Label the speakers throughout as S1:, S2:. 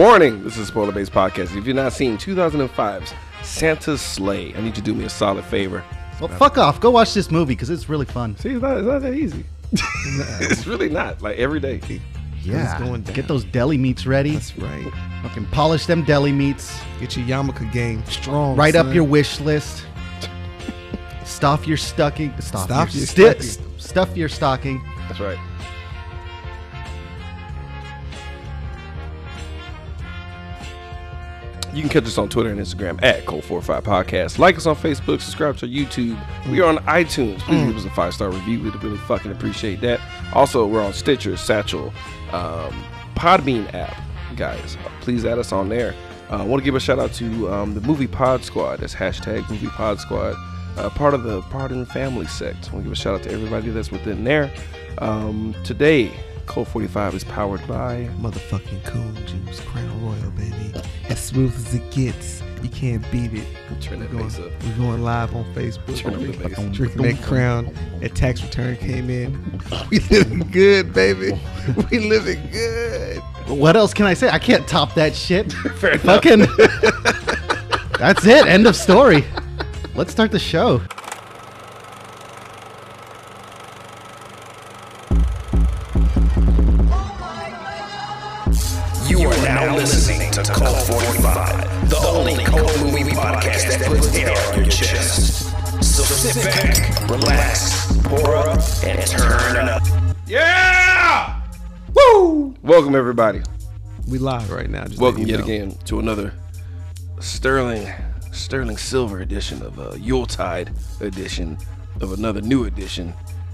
S1: Warning, this is a spoiler based podcast. If you've not seen 2005's Santa's Sleigh, I need you to do me a solid favor.
S2: Well, fuck off. Go watch this movie because it's really fun.
S1: See, it's not, it's not that easy. it's really not. Like every day, Keith.
S2: Yeah.
S3: going down.
S2: Get those deli meats ready.
S3: That's right.
S2: Fucking polish them deli meats.
S3: Get your Yamaka game strong.
S2: Write up
S3: son.
S2: your wish list. Stuff your stocking. Stuff,
S3: Stuff
S2: your,
S3: your
S2: sti-
S3: stocking.
S2: stuff your stocking.
S1: That's right. You can catch us on Twitter and Instagram at Cole45 Podcast. Like us on Facebook, subscribe to our YouTube. We are on iTunes. Please give us a five star review. We'd really fucking appreciate that. Also, we're on Stitcher, Satchel, um, Podbean app. Guys, please add us on there. Uh, I want to give a shout out to um, the Movie Pod Squad. That's hashtag Movie Pod Squad. Uh, part of the Pardon Family sect. I want to give a shout out to everybody that's within there. Um, today, Cole 45 is powered by
S3: motherfucking coon juice, Crown Royal, baby. As smooth as it gets, you can't beat it.
S1: Turn that
S3: We're going,
S1: bass up.
S3: we're going live
S1: Turn
S3: on
S1: up the
S3: Facebook.
S1: bass.
S3: Drinking that crown. That tax return came in. We living good, baby. We living good.
S2: What else can I say? I can't top that shit. Fucking. That's it. End of story. Let's start the show.
S4: You are now listening to Call 45, the only cold movie podcast that puts air on your chest. So sit back, relax, pour up, and turn up.
S1: Yeah! Woo! Welcome, everybody.
S3: We live right now. Just
S1: Welcome
S3: letting you
S1: yet
S3: know.
S1: again to another Sterling Sterling Silver edition of a Yuletide edition of another new edition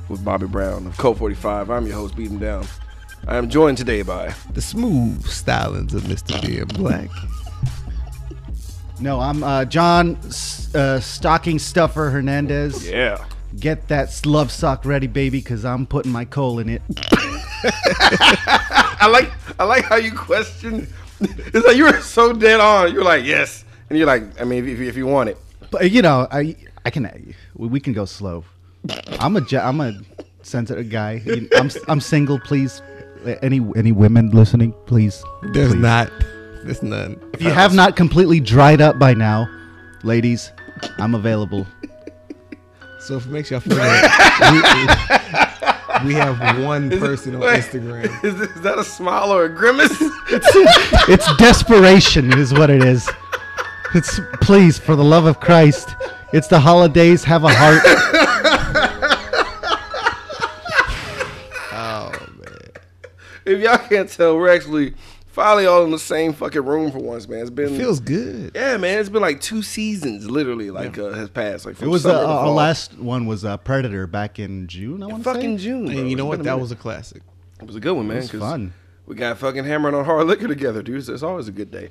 S1: with Bobby Brown of Code 45. I'm your host, Beat 'em Down. I am joined today by
S3: The smooth stylings of Mr. Beer Black.
S2: No, I'm uh, John S- uh, Stocking Stuffer Hernandez.
S1: Yeah.
S2: Get that love sock ready, baby, because I'm putting my coal in it.
S1: I like I like how you question. It's like you were so dead on. You're like yes, and you're like I mean if, if you want it.
S2: But you know, I I can we, we can go slow. I'm a ge- I'm a sensitive guy. I'm I'm single. Please, any any women listening, please.
S3: There's
S2: please.
S3: not. There's none.
S2: If you have not completely dried up by now, ladies, I'm available.
S3: So if it makes y'all feel that we, we have one person on
S1: Wait,
S3: Instagram.
S1: Is, this- is that a smile or a grimace?
S2: It's desperation, is what it is. It's please, for the love of Christ, it's the holidays. Have a heart.
S1: if y'all can't tell, we're actually finally all in the same fucking room for once, man. It's been
S3: Feels good.
S1: yeah, man. It's been like two seasons, literally. Like uh, has passed. Like
S2: It
S1: from
S2: was uh,
S1: summer to
S2: our
S1: fall.
S2: last one was uh, Predator back in June. I want to say.
S1: fucking June. bro.
S3: And you know
S1: It's
S3: what?
S1: been a
S3: That
S1: minute.
S3: was a classic.
S1: It was a good one, man.
S2: was
S1: 'cause
S2: fun.
S1: We got fucking hammered on hard liquor together, dude. It's always a good day.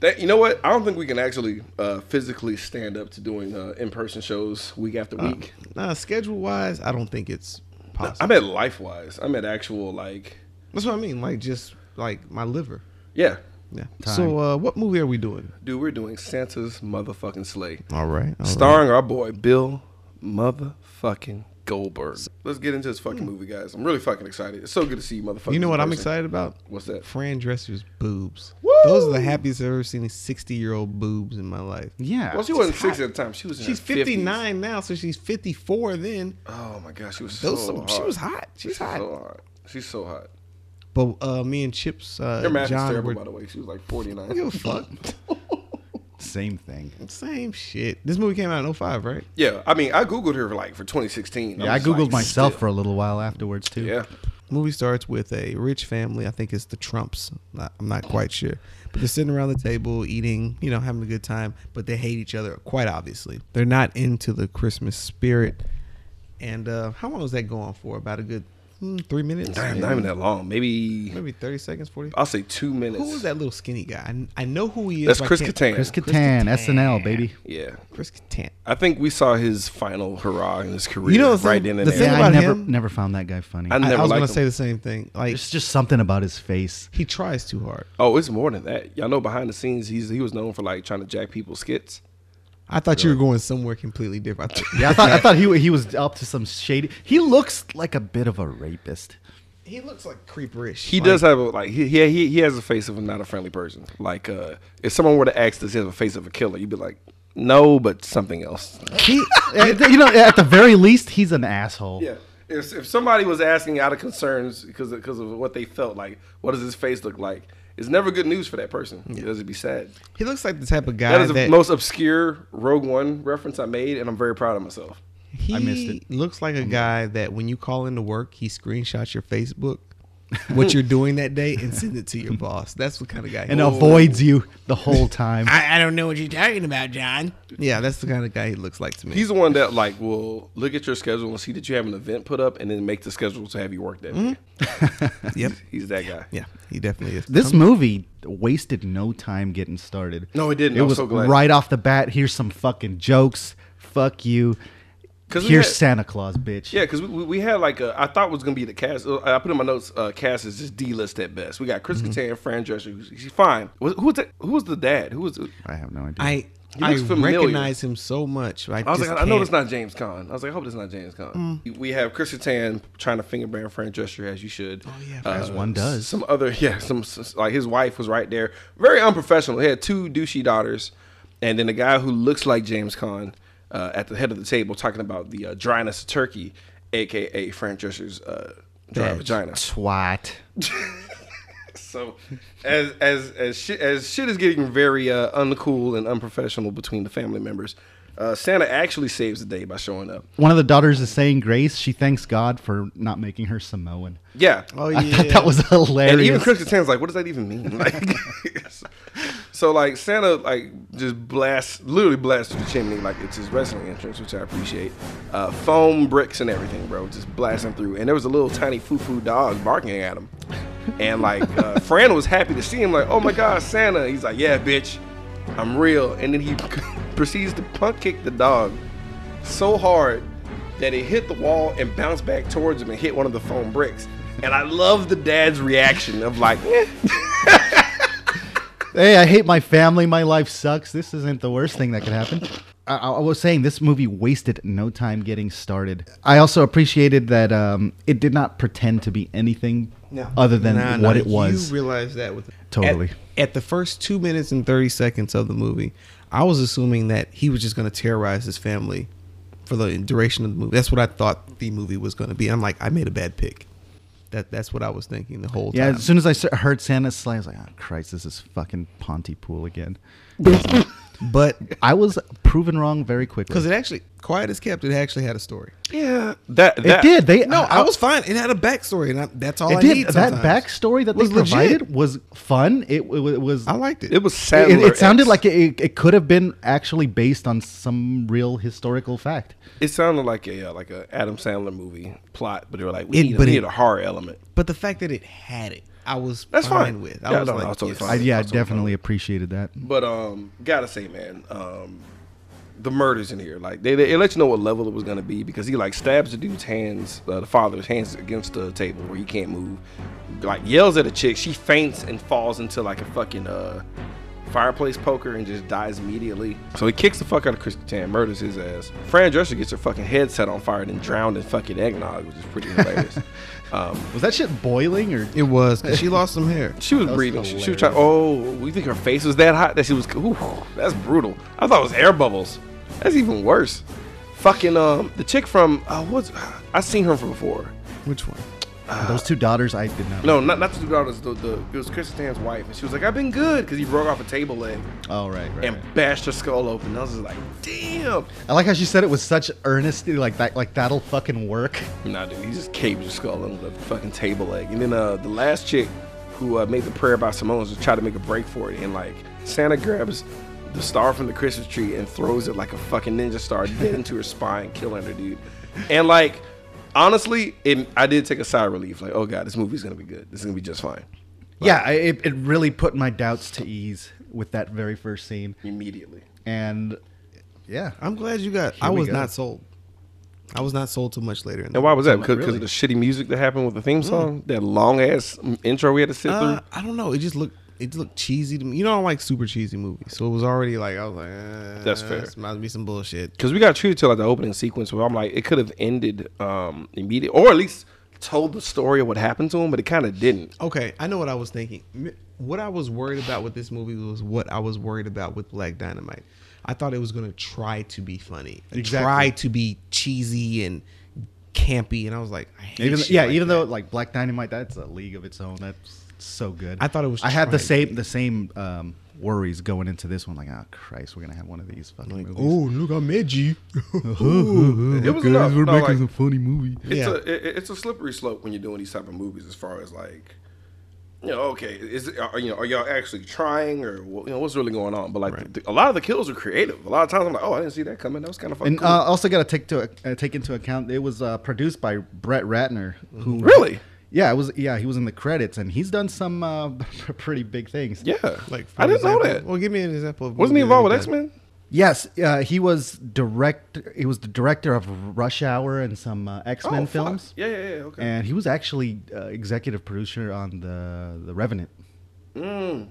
S1: That, you know what? I don't think we can actually uh, physically stand up to doing uh, in-person shows week after
S3: Uh,
S1: week.
S3: Nah, schedule wise, I don't think it's possible.
S1: I meant life-wise. I meant actual like,
S3: That's what I mean. Like just like my liver.
S1: yeah,
S3: Yeah. So uh, what movie are we doing?
S1: dude. We're doing Santa's motherfucking sleigh,
S3: All right. all right.
S1: starring our boy Bill motherfucking Goldberg. Let's get into this fucking movie, guys. I'm really fucking excited. It's so good to see you, motherfucking.
S3: You know what I'm
S1: person.
S3: excited about?
S1: What's that?
S3: Fran Dresser's boobs. Those are the happiest I've ever seen 60 year old boobs in my life.
S2: Yeah.
S1: Well, she wasn't six at the time. She was. In
S3: She's
S1: her 50s.
S3: 59 now, so she's 54 then.
S1: Oh my gosh, she was
S3: Those
S1: so
S3: some-
S1: hot.
S3: she was hot. She's hot.
S1: So hot. She's so hot.
S3: But uh, me and Chips, uh,
S1: Her math is
S3: John,
S1: terrible,
S3: were-
S1: by the way. She was like
S3: give
S1: 49.
S3: a fuck.
S2: Same thing.
S3: Same shit. This movie came out in 05, right?
S1: yeah, I mean, I googled her for like for 2016.
S2: Yeah, I
S1: was like,
S2: googled myself
S1: still.
S2: for a little while afterwards too.
S1: Yeah,
S3: Movie starts with a rich family. I think it's the Trumps. Not- I'm not quite sure, but they're sitting around the table eating, you know, having a good time. But they hate each other quite obviously. They're not into the Christmas spirit. And uh, how long was that going for? About a good hmm, three minutes,
S1: damn,
S3: maybe,
S1: not even that long. Maybe
S3: maybe thirty seconds, forty.
S1: I'll say two minutes.
S3: Who was that little skinny guy? I, I know who he is.
S1: That's
S3: but I
S1: Chris
S3: can't-
S1: Kattan.
S2: Chris Kattan, SNL, baby.
S1: Yeah,
S3: Chris Kattan.
S1: I think we saw his final hurrah in his career.
S3: You know the thing-
S1: right then and
S3: the
S1: there.
S3: thing
S2: Yeah, I
S3: about
S2: never
S3: him-
S2: never found that guy funny.
S1: I
S3: I,
S1: never
S3: I was
S1: liked
S3: gonna
S1: him.
S3: say the same thing. Like
S2: It's just something about his face.
S3: he tries too hard.
S1: oh, it's more than that. Y'all know behind the scenes, he's he was known for like trying to jack people's skits.
S3: I thought you were going somewhere completely different.
S1: Uh,
S3: I thought-
S2: Yeah, I thought I thought he he was up to some shady. He looks like a bit of a rapist.
S3: He looks like creeperish.
S1: He does have a like he he he- he has a face of not a friendly person. Like uh if someone were to ask does he have a face of a killer, you'd be like, No, but something else.
S2: He, uh, you know, at the very least, he's an asshole.
S1: Yeah. If, if somebody was asking out of concerns because of, because of what they felt like, what does his face look like? It's never good news for that person. Because it'd be sad.
S3: He looks like the type of guy
S1: That is the
S3: that
S1: most obscure Rogue One reference I made, and I'm very proud of myself.
S3: He
S2: I missed it.
S3: looks like
S1: Mm-hmm.
S3: a guy that when you call into work, he screenshots your Facebook, what you're doing that day, and send it to your boss. That's what kind of guy. he
S2: And
S3: is.
S2: avoids you the whole time.
S3: I, I don't know what you're talking about, John. Yeah, that's the kind of guy he looks like to me.
S1: He's the one that like will look at your schedule and see that you have an event put up, and then make the schedule to have you work that day.
S3: Mm-hmm. yep.
S1: He's that guy.
S3: Yeah, he definitely is.
S2: This movie wasted no time getting started.
S1: No, it didn't.
S2: It
S1: I'm
S2: was
S1: so glad.
S2: right off the bat. Here's some fucking jokes. Fuck you.
S1: 'Cause we
S2: Here's
S1: had-
S2: Santa Claus, bitch.
S1: Yeah, because we, we we had like a, I thought was gonna be the cast. uh, I put in my notes. Uh, cast is just D list at best. We got Chris
S3: Mm-hmm.
S1: Kattan, Fran Drescher. who's- She's fine. Was- Who was that? Who was the dad? Who was?
S2: I have no idea.
S3: I
S1: He
S3: I
S1: looks familiar.
S3: recognize him so much. I,
S1: I was
S3: just
S1: like, I know
S3: can't.
S1: it's not James Conn. I was like, I hope it's not James Conn. We have Chris Kattan trying to finger bang Fran Drescher as you should. Oh
S3: yeah,
S2: as one does.
S1: Some other yeah, some s- like his wife was right there. Very unprofessional. He had two douchey daughters, and then a guy who looks like James Conn uh, at the head of the table talking about the uh, dryness of turkey, aka Fran Drescher's uh, dry
S3: Vag.
S1: vagina.
S2: Twat.
S1: So, as as as shit, as shit is getting very uh, uncool and unprofessional between the family members, uh, Santa actually saves the day by showing up.
S2: One of the daughters is saying grace. She thanks God for not making her Samoan.
S1: Yeah.
S3: Oh
S2: I
S3: yeah.
S2: thought that was hilarious.
S1: and even Chris Kattan's like, what does that even mean? Like, so like Santa like just blasts, literally blasts through the chimney like it's his wrestling entrance, which I appreciate. Uh, foam bricks and everything, bro, just blasting through. And there was a little tiny foo foo dog barking at him, and like uh, Fran was happy to see him, like, oh my god, Santa. He's like, yeah, bitch, I'm real. And then he proceeds to punt kick the dog so hard that it hit the wall and bounced back towards him and hit one of the foam bricks. And I love the dad's reaction of like, eh.
S2: hey, I hate my family. My life sucks. This isn't the worst thing that could happen. I, I was saying this movie wasted no time getting started. I also appreciated that um, it did not pretend to be anything other than
S3: Nah, nah,
S2: what it was.
S3: You realize that with
S2: Totally.
S3: At, at the first two minutes and thirty seconds of the movie, I was assuming that he was just going to terrorize his family for the duration of the movie. That's what I thought the movie was going to be. I'm like, I made a bad pick. That that's what I was thinking the whole
S2: yeah,
S3: time.
S2: as soon as I s- heard Santa's sleigh, I was like, oh, Christ, this is fucking Pontypool again.
S3: but
S2: I was proven wrong very quickly.
S3: because it actually, quiet as kept, it actually had a story.
S1: yeah, that,
S2: It
S1: that
S2: did. They
S3: No, I, was fine. It had a backstory, and I, that's all
S2: It
S3: I
S2: did.
S3: need.
S2: That
S3: sometimes.
S2: backstory that they
S3: Was legit.
S2: provided was fun. It, it wa- it was.
S3: I liked it.
S1: It was sad.
S2: It, it sounded like it, it could have been actually based on some real historical fact.
S1: it sounded like a uh, like a Adam Sandler movie plot, but they were like, we,
S3: It-
S1: need,
S3: but
S1: we
S3: it-
S1: need a horror element.
S3: but the fact that it had it, I was
S1: That's
S3: fine,
S1: fine.
S3: with. I
S1: Yeah,
S3: was
S1: no, no,
S3: like,
S1: I was totally
S3: yes.
S1: fine.
S2: I, yeah, I
S1: That's what I'm
S2: definitely appreciated that.
S1: But um, gotta say, man, um, the murders in here, like they, they it let you know what level it was gonna be because he like stabs the dude's hands, uh, the father's hands against the table where he can't move. Like yells at a chick, she faints and falls into like a fucking uh fireplace poker and just dies immediately. So he kicks the fuck out of Chris Kattan, murders his ass. Fran Drescher gets her fucking head set on fire and then drowned in fucking eggnog, which is pretty hilarious. um,
S2: Was that shit boiling or?
S3: It was 'cause she lost some hair.
S1: she was
S2: That was
S1: breathing. She, she was
S2: hilarious.
S1: trying. Oh, we think her face was that hot that she was. Ooh, that's brutal. I thought it was air bubbles. That's even worse. Fucking um, the chick from uh, what's I seen her from before.
S3: Which one?
S2: Those two daughters, I did not.
S1: No, not not the two daughters. The, the it was Chris Stan's wife, and she was like, "I've been good," because he broke off a table leg
S2: Oh right, right.
S1: and
S2: right.
S1: bashed her skull open. I was just like, "Damn!"
S2: I like how she said it with such earnestly, like that, like that'll fucking work.
S1: Nah, dude, he just caved his skull under the fucking table leg. And then uh, the last chick who uh, made the prayer by Simone's was trying to make a break for it. And like Santa grabs the star from the Christmas tree and throws it like a fucking ninja star dead into her spine, killing her, dude. And like, honestly, it, I did take a sigh of relief. Like, oh god, this movie's gonna be good. This is gonna be just fine.
S2: yeah, I, it, it really put my doubts to ease with that very first scene,
S1: Immediately.
S2: and yeah,
S3: I'm glad you got. I
S2: we
S3: was
S2: go.
S3: not sold. I was not sold till much later. In the
S1: And why was that? Because
S2: Really?
S1: of the shitty music that happened with the theme song, that long ass intro we had to sit
S3: Uh,
S1: through.
S3: I don't know. It just looked. It looked cheesy to me. You know, I don't like super cheesy movies, so it was already like I was like, eh,
S1: That's fair.
S3: This might be some bullshit.
S1: because we got treated to like the opening sequence where I'm like, it could have ended um immediate or at least told the story of what happened to him, but it kind of didn't.
S3: Okay, I know what I was thinking. M- What I was worried about with this movie was what I was worried about with Black Dynamite. I thought it was going to try to be funny, and
S2: Exactly.
S3: try to be cheesy and campy, and I was like, I hate
S2: Even
S3: shit
S2: yeah,
S3: like
S2: even
S3: that.
S2: though like Black Dynamite, that's a league of its own. That's so good.
S3: I thought it was
S2: I had the
S3: trying.
S2: same the same um, worries going into this one. Like, oh Christ, we're gonna have one of these fucking movies.
S3: oh look, I made you.
S1: It was enough. No, like,
S2: funny movie.
S1: it's
S3: Yeah.
S1: a it, it's a slippery slope when you're doing these type of movies as far as like you know okay is it, are, you know are y'all actually trying or wh- you know what's really going on but like
S3: Right.
S1: the- a lot of the kills are creative a lot of times i'm like oh i didn't see that coming that was kind of fucking
S2: And
S1: cool.
S2: uh, also got to take to uh, take into account it was uh, produced by Brett Ratner, who
S1: Really?
S2: yeah, it was yeah he was in the credits and he's done some uh, pretty big things.
S1: yeah
S3: Like for
S1: i didn't know
S3: example-
S1: that
S3: Well, give me an example. Of
S1: wasn't he
S3: movie
S1: involved with
S3: that-
S1: x-men
S2: Yes, uh, he was direct. He was the director of Rush Hour and some uh, X Men
S1: Oh, fuck.
S2: films.
S1: yeah yeah yeah okay
S2: and he was actually uh, executive producer on the the Revenant.
S1: That's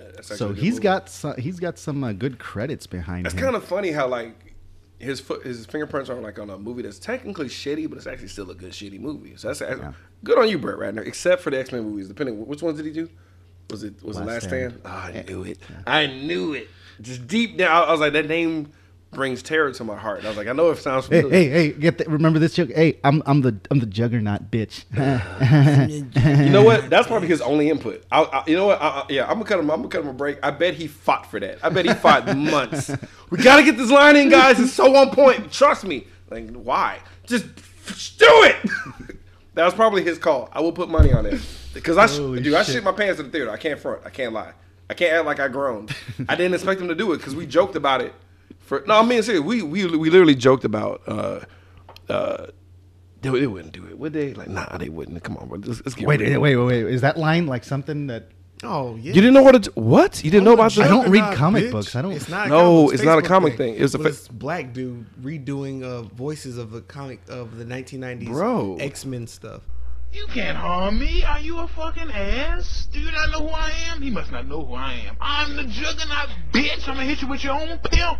S1: actually
S2: So
S1: a good
S2: he's
S1: movie.
S2: got some, he's got some uh, good credits behind
S1: That's
S2: him.
S1: kind of funny how like his foot, his fingerprints are like on a movie that's technically shitty, but it's actually still a good shitty movie. So that's
S2: Yeah.
S1: good on you, Brett Ratner. Except for the X Men movies, depending which ones did he do? Was it was it
S2: Last
S1: Last
S2: Stand.
S1: Stand? Oh, I knew it. I knew it. Just deep down, I was like that name brings terror to my heart. And I was like, I know it sounds
S2: Hey,
S1: familiar.
S2: hey, hey! Get the, remember this joke? Hey, I'm I'm the I'm the juggernaut, bitch.
S1: You know what? That's probably his only input. I, I, you know what? I, I, yeah, I'm gonna cut him. I'm gonna cut him a break. I bet he fought for that. I bet he fought months. We gotta get this line in, guys. It's so on point. Trust me. Like, why? Just f- do it. that was probably his call. I will put money on it because I, sh-
S2: Holy
S1: dude, I
S2: shit.
S1: shit my pants in the theater. I can't front. I can't lie. I can't act like I groaned. I didn't expect him to do it because we joked about it. For no, I'm being serious. We we we literally joked about. uh uh they, they wouldn't do it, would they? Like, nah, they wouldn't. Come on, bro. Let's, let's get
S2: wait,
S1: rid of
S2: wait,
S1: it.
S2: wait, wait! Is that line like something that?
S3: Oh yeah.
S1: You didn't know what? It, what? You didn't know about
S2: I
S1: that?
S2: don't read
S3: Juggernaut,
S2: comic
S3: bitch.
S2: books. I don't-
S3: It's not. A
S1: No,
S3: comic,
S1: it's not a
S3: Facebook
S1: comic thing. It was a fa-
S3: this black dude redoing uh, voices of the comic of the 1990s
S1: Bro.
S3: X Men stuff.
S5: You can't harm me. Are you a fucking ass? Do you not know who I am? He must not know who I am. I'm the juggernaut, bitch. I'm gonna hit you with your own pimp.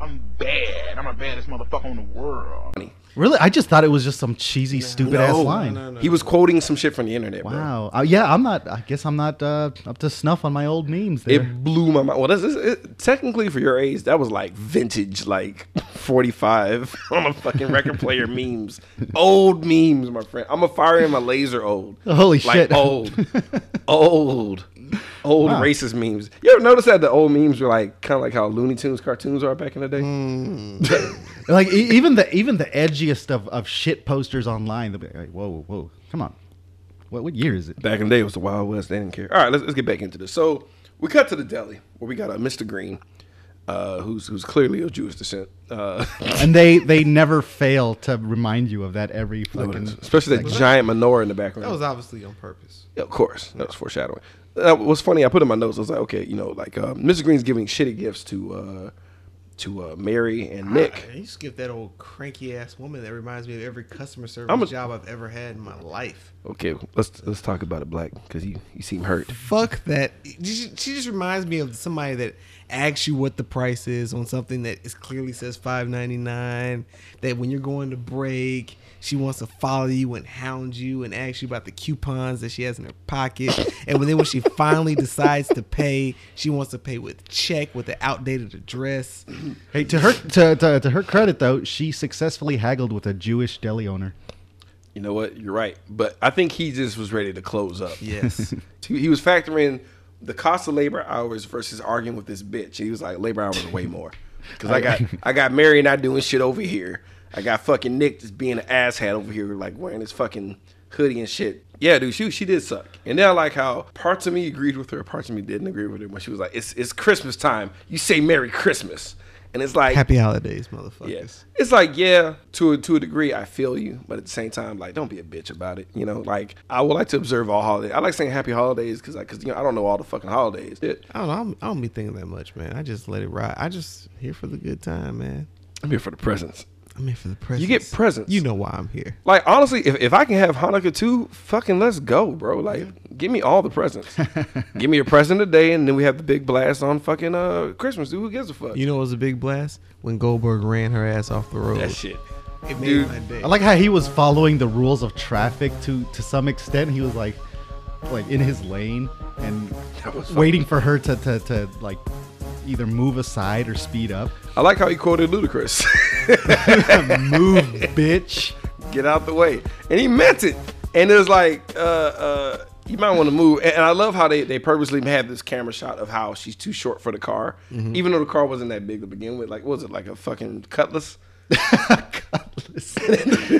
S5: I'm bad. I'm the baddest motherfucker in the world.
S2: Really, I just thought it was just some cheesy, stupid ass
S1: No.
S2: line.
S3: No, no,
S1: He was quoting some shit from the internet, bro.
S2: Wow. Uh, yeah, I'm not. I guess I'm not uh, up to snuff on my old memes. There.
S1: It blew my mind. Well, this is it, technically for your age. That was like vintage, like forty-five on a fucking record player memes, old memes, my friend. I'm a fire in my laser, old.
S2: Holy
S1: like,
S2: shit.
S1: old, old, old
S2: Wow.
S1: racist memes. You ever notice that the old memes were like kind of like how Looney Tunes cartoons are back in the day?
S2: like e- even the even the edgiest of, of shit posters online. They'll be like, whoa, whoa, whoa! Come on. What what year is it?
S1: Back in the day, it was the Wild West. They didn't care. All right, let's, let's get back into this. So we cut to the deli where we got a Mr. Green, uh, who's who's clearly of Jewish descent, uh,
S2: and they they never fail to remind you of that every fucking.
S1: especially that giant menorah in the background.
S3: That was obviously on purpose.
S1: Yeah, of course, that was foreshadowing. That was funny. I put in my notes. I was like, okay, you know, like uh, Mr. Green's giving shitty gifts to uh, to uh, Mary and Nick.
S3: Ah, you skip that old cranky ass woman that reminds me of every customer service
S1: I'm a-
S3: job I've ever had in my life.
S1: Okay, let's let's talk about it, Black, because you you seem hurt.
S3: Fuck that. She she just reminds me of somebody that asks you what the price is on something that is clearly says five ninety nine. That when you're going to break, she wants to follow you and hound you and ask you about the coupons that she has in her pocket. and when then when she finally decides to pay, she wants to pay with check with an outdated address.
S2: Hey, to her to, to, to her credit though, she successfully haggled with a Jewish deli owner.
S1: You know what? You're right, but I think he just was ready to close up.
S3: Yes.
S1: He he was factoring the cost of labor hours versus arguing with this bitch. He was like, labor hours are way more. Cause I got I got Mary not doing shit over here. I got fucking Nick just being an asshat over here, like wearing his fucking hoodie and shit. Yeah, dude, she she did suck. And then I like how parts of me agreed with her, parts of me didn't agree with her when she was like, It's it's Christmas time. You say Merry Christmas. And it's like
S3: Happy holidays, motherfuckers.
S1: Yes. It's like, yeah, to a to a degree, I feel you, but at the same time, like, don't be a bitch about it. You know, like I would like to observe all holidays. I like saying happy holidays because, like, because you know, I don't know all the fucking holidays. It,
S3: I don't know. I'm, I don't be thinking that much, man. I just let it ride. I just here for the good time, man.
S1: I'm here for the presents.
S3: I'm here for the presents.
S1: get presents.
S3: You know why I'm here.
S1: Like honestly, if, if I can have Hanukkah too, fucking let's go, bro. Like, give me all the presents. give me a present today, and then we have the big blast on fucking uh Christmas. Dude, who gives a fuck?
S3: You know, it was a big blast when Goldberg ran her ass off the road.
S1: that shit.
S3: It made
S1: Dude.
S3: my day.
S2: I like how he was following the rules of traffic to to some extent. He was like, like in his lane and waiting for her to, to to like either move aside or speed up.
S1: I like how he quoted Ludacris.
S2: move, bitch.
S1: Get out the way. And he meant it. And it was like, uh, uh, you might want to move. And and I love how they, they purposely had this camera shot of how she's too short for the car, even though the car wasn't that big to begin with. Like, what was it like a fucking cutlass?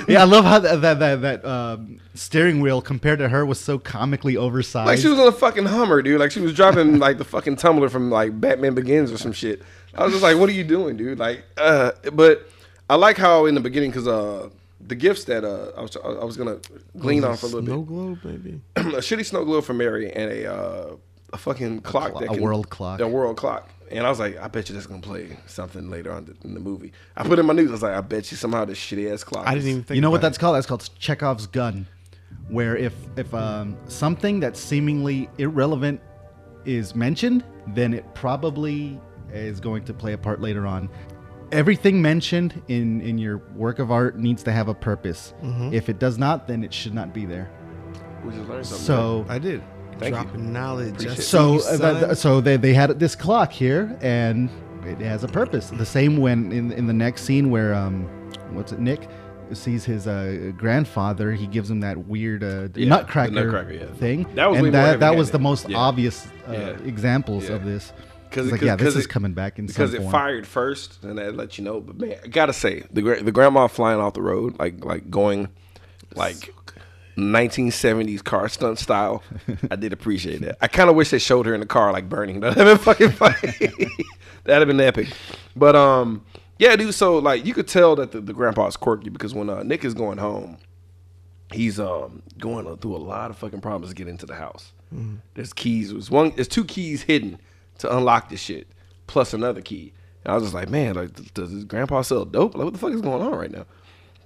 S2: yeah, I love how that that that, that um, steering wheel compared to her was so comically oversized.
S1: Like she was on a fucking Hummer, dude. Like she was driving like the fucking tumbler from like Batman Begins or some shit. I was just like, what are you doing, dude? Like, uh, but I like how in the beginning because uh, the gifts that uh, I was I was gonna glean on for a little
S3: Snow
S1: bit.
S3: globe, maybe.
S1: a shitty snow globe for Mary and a uh, a fucking clock,
S2: clo-
S1: that
S2: a world clock.
S1: a world clock. And I was like, I bet you that's gonna play something later on th- in the movie. I put in my news. I was like, I bet you somehow this shitty ass clock.
S3: I
S1: is-
S3: didn't even think.
S2: you know what
S3: about
S2: that's called? That's called Chekhov's gun, where if if um, something that's seemingly irrelevant is mentioned, then it probably is going to play a part later on. Everything mentioned in in your work of art needs to have a purpose.
S3: Mm-hmm.
S2: If it does not, then it should not be there.
S1: We just learned something.
S2: So
S3: it. I did.
S1: Thank
S3: Dropping knowledge. I
S2: so
S3: see you,
S2: uh, th- th-
S3: son.
S2: so they, they had this clock here and it has a purpose the same when in, in the next scene where um what's it nick sees his uh, grandfather he gives him that weird uh,
S1: Yeah,
S2: nutcracker,
S1: the nutcracker, yeah.
S2: thing
S1: That was way more
S2: and that, that
S1: heavy-handed.
S2: was the most
S1: Yeah.
S2: obvious uh,
S1: Yeah.
S2: examples of
S1: Yeah.
S2: this
S1: Because
S2: It's like,
S1: because-
S2: yeah this
S1: because
S2: is
S1: it-
S2: coming back in
S1: because
S2: some
S1: it
S2: form.
S1: fired first, and that let you know. But man, I gotta say the gra- the grandma flying off the road, like like going, like. 1970s car stunt style. I did appreciate that. I kind of wish they showed her in the car like burning. That'd have been fucking funny. That'd have been epic. But um, yeah, dude. So like, you could tell that the, the grandpa's quirky because when uh, Nick is going home, he's um going through a lot of fucking problems to get into the house.
S2: Mm-hmm.
S1: There's keys. There's one. There's two keys hidden to unlock this shit, plus another key. And I was just like, man, like, th- does his grandpa sell dope? Like, what the fuck is going on right now?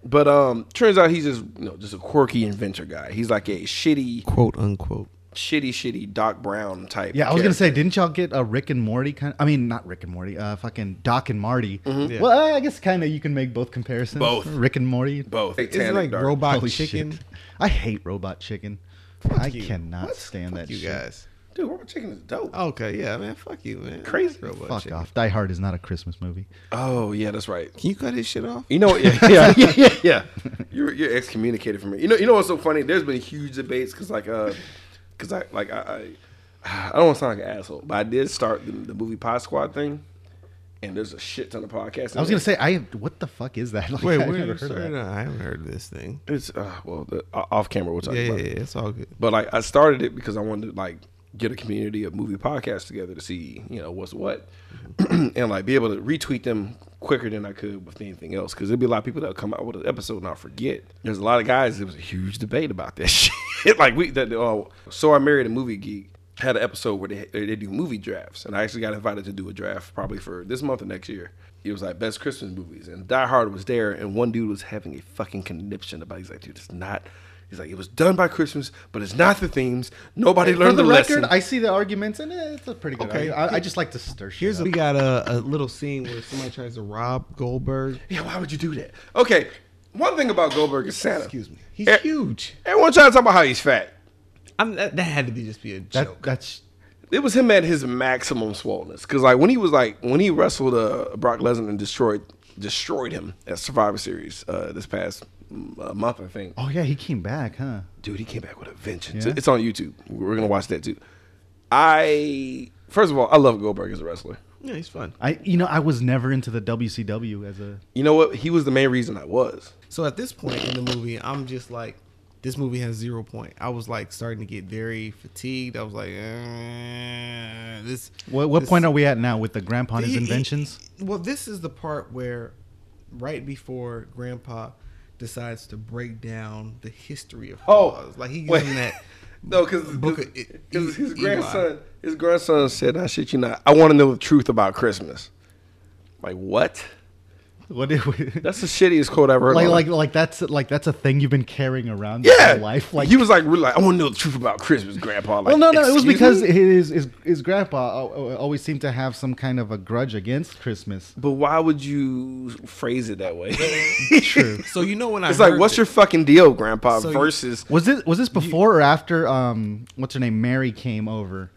S1: But um, turns out he's just you know just a quirky inventor guy. He's like a shitty,
S3: quote unquote.
S1: shitty, shitty Doc Brown type.
S2: yeah, I was gonna
S1: character.
S2: say, didn't y'all get a Rick and Morty kind? I mean, not Rick and Morty, uh, fucking Doc and Marty.
S3: Yeah.
S2: Well, I guess kind of you can make both comparisons.
S1: Mm-hmm. Both.
S2: Rick and Morty,
S1: both.
S3: Is it like
S1: Dark.
S3: robot
S2: Holy
S3: chicken?
S2: shit. I hate robot chicken. I
S3: you.
S2: cannot stand
S3: Fuck
S2: that
S3: you
S2: shit.
S3: guys.
S1: Dude, robot chicken is dope. Oh,
S3: Okay, yeah, man. Fuck you, man.
S1: Crazy.
S3: robot.
S2: Fuck
S3: chicken.
S2: off. Die Hard is not a Christmas movie.
S1: Oh, yeah, that's right.
S3: Can you cut his shit off?
S1: You know, yeah, yeah, yeah, yeah, yeah. You're, you're excommunicated from it. You know, you know what's so funny? There's been huge debates because, like, uh, because I, like, I, I, I don't want to sound like an asshole, but I did start the, the movie Pod Squad thing, and there's a shit ton of podcasts. in
S2: I was
S1: there.
S2: gonna say, I what the fuck is that? Like,
S3: Wait,
S2: I've never
S3: where you
S2: heard of
S3: started?
S2: that.
S3: on? I haven't heard of this thing.
S1: it's uh, well, the, uh, off camera we'll talk
S3: Yeah, yeah,
S1: about.
S3: yeah,
S1: it.
S3: it's all good.
S1: But like, I started it because I wanted to like get a community of movie podcasts together to see, you know, what's what, and like be able to retweet them quicker than I could with anything else because there'd be a lot of people that come out with an episode and I forget. There's a lot of guys. There was a huge debate about that shit. like we that uh, so I married a movie geek had an episode where they they do movie drafts and I actually got invited to do a draft probably for this month or next year. It was like best Christmas movies and Die Hard was there and one dude was having a fucking conniption about. it. He's like, dude, it's not. He's like, it was done by Christmas, but it's not the themes. Nobody
S2: For
S1: learned
S2: the
S1: the,
S2: record,
S1: lesson.
S2: I see the arguments, and eh, it's a pretty good.
S3: Okay.
S2: argument. I, I just like to stir shit.
S3: Here's
S2: up.
S3: we got a, a little scene where somebody tries to rob Goldberg.
S1: yeah, why would you do that? Okay, one thing about Goldberg is Santa.
S3: Excuse me. He's
S1: Eh.
S3: huge.
S1: Everyone trying to talk about how he's fat.
S3: I'm, that, that had to be just be a
S2: that,
S3: joke.
S2: that's
S1: it was him at his maximum swollenness. Cause like when he was like when he wrestled uh, Brock Lesnar and destroyed destroyed him at Survivor Series uh, this past mm, uh, month, I think.
S2: oh yeah, he came back, huh?
S1: Dude, he came back with a vengeance.
S2: Yeah?
S1: It's on YouTube. We're gonna watch that too. I first of all, I love Goldberg as a wrestler.
S3: yeah, he's fun.
S2: I you know I was never into the WCW as a
S1: You know what? He was the main reason I was.
S3: So at this point in the movie, I'm just like, this movie has zero point. I was like starting to get very fatigued. I was like, eh, this.
S2: what, what
S3: this-
S2: point are we at now with the grandpa and his
S3: He- he-
S2: inventions?
S3: well, this is the part where, right before Grandpa decides to break down the history of
S1: Oh,
S3: Hawes, like he gives
S1: wait.
S3: him that.
S1: No, because
S3: Book of E-
S1: his, his
S3: E-
S1: grandson, his grandson said, "I shit you not, I want to know the truth about Christmas." Like what?
S2: What did we,
S1: That's the shittiest quote I've heard.
S2: like
S1: all-
S2: like like that's like that's a thing you've been carrying around
S1: yeah,
S2: your whole life. Like
S1: he was like, really like, I want to know the truth about Christmas, Grandpa. Like,
S2: well, no, no, it was
S1: "Excuse
S2: because
S1: me?"
S2: his, his his grandpa al- al- always seemed to have some kind of a grudge against Christmas.
S1: But why would you phrase it that way?
S2: True.
S3: So you know when I
S1: it's like,
S3: heard
S1: what's
S3: that-
S1: your fucking deal, Grandpa?
S3: So you-
S1: versus
S2: Was this was this before or after? Um, what's her name? Mary came over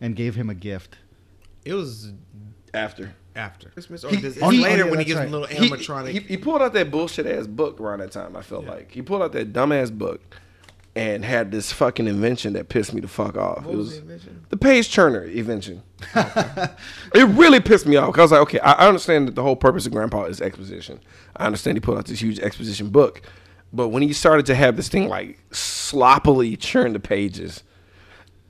S2: and gave him a gift.
S3: It was
S1: after.
S3: after Christmas, or
S2: He-
S3: does, it's
S2: oh, yeah,
S3: later
S2: oh, yeah,
S3: when he
S2: that's
S3: gets
S2: right.
S3: the little
S1: He,
S3: animatronic.
S1: he, he pulled out that bullshit ass book around that time. I felt like he pulled out that dumbass book and had this fucking invention that pissed me the fuck off.
S3: What
S1: it
S3: was
S1: was
S3: the invention?
S1: the page turner invention. it really pissed me off because I was like, okay, I I understand that the whole purpose of Grandpa is exposition. I understand he pulled out this huge exposition book, but when he started to have this thing like sloppily churn the pages.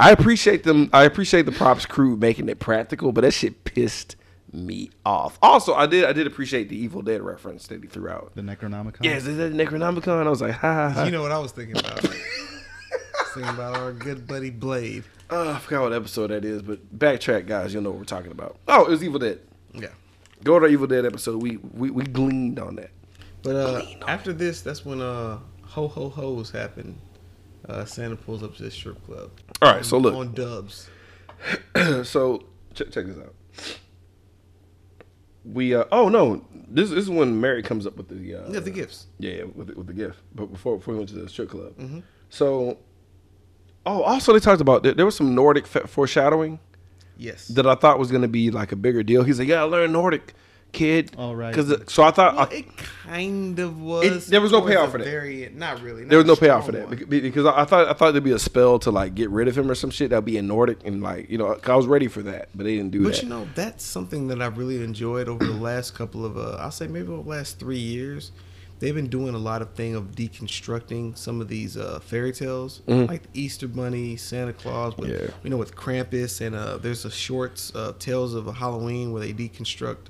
S1: I appreciate them. I appreciate the props crew making it practical, but that shit pissed me off. Also, I did. I did appreciate the Evil Dead reference that he threw out.
S2: The Necronomicon.
S1: Yes, is that Necronomicon? I was like, ha ha ha.
S3: you know what I was thinking about? I was thinking about our good buddy Blade.
S1: Uh, I forgot what episode that is, but backtrack, guys. You'll know what we're talking about. Oh, it was Evil Dead.
S3: Yeah.
S1: Go to our Evil Dead episode. We we, we gleaned on that.
S3: But uh, after this, that's when uh, ho ho ho's happened. Uh, Santa pulls up to this strip club.
S1: All right, so look.
S3: on Dubs.
S1: so check, check this out. We uh oh no, this, this is when Mary comes up with the uh,
S3: Yeah, the gifts. Mm-hmm.
S1: Yeah, with the, with the gift. But before before we went to the strip club, so oh also they talked about there, there was some Nordic fa- foreshadowing
S3: Yes.
S1: that I thought was going to be like a bigger deal. He's like, yeah, I learned Nordic, kid.
S2: Oh, right.
S1: Because so I thought
S3: well,
S1: I-
S3: it kind of was.
S1: there was no
S3: towards
S1: payoff
S3: the
S1: for that.
S3: Very, e, not really.
S1: there was
S3: not
S1: no
S3: a
S1: payout for
S3: strong
S1: that
S3: one.
S1: bec- be- because I I thought I thought there'd be a spell to like get rid of him or some shit that'd be in Nordic and like you know 'cause I was ready for that, but they didn't do
S3: But
S1: that.
S3: you know, that's something that I really enjoyed over the last couple of, uh, I'll say maybe over the last three years. They've been doing a lot of thing of deconstructing some of these uh, fairy tales, like the Easter Bunny, Santa Claus. With,
S1: Mm-hmm. Yeah.
S3: You know, with Krampus and uh, there's a shorts uh, Tales of Halloween where they deconstruct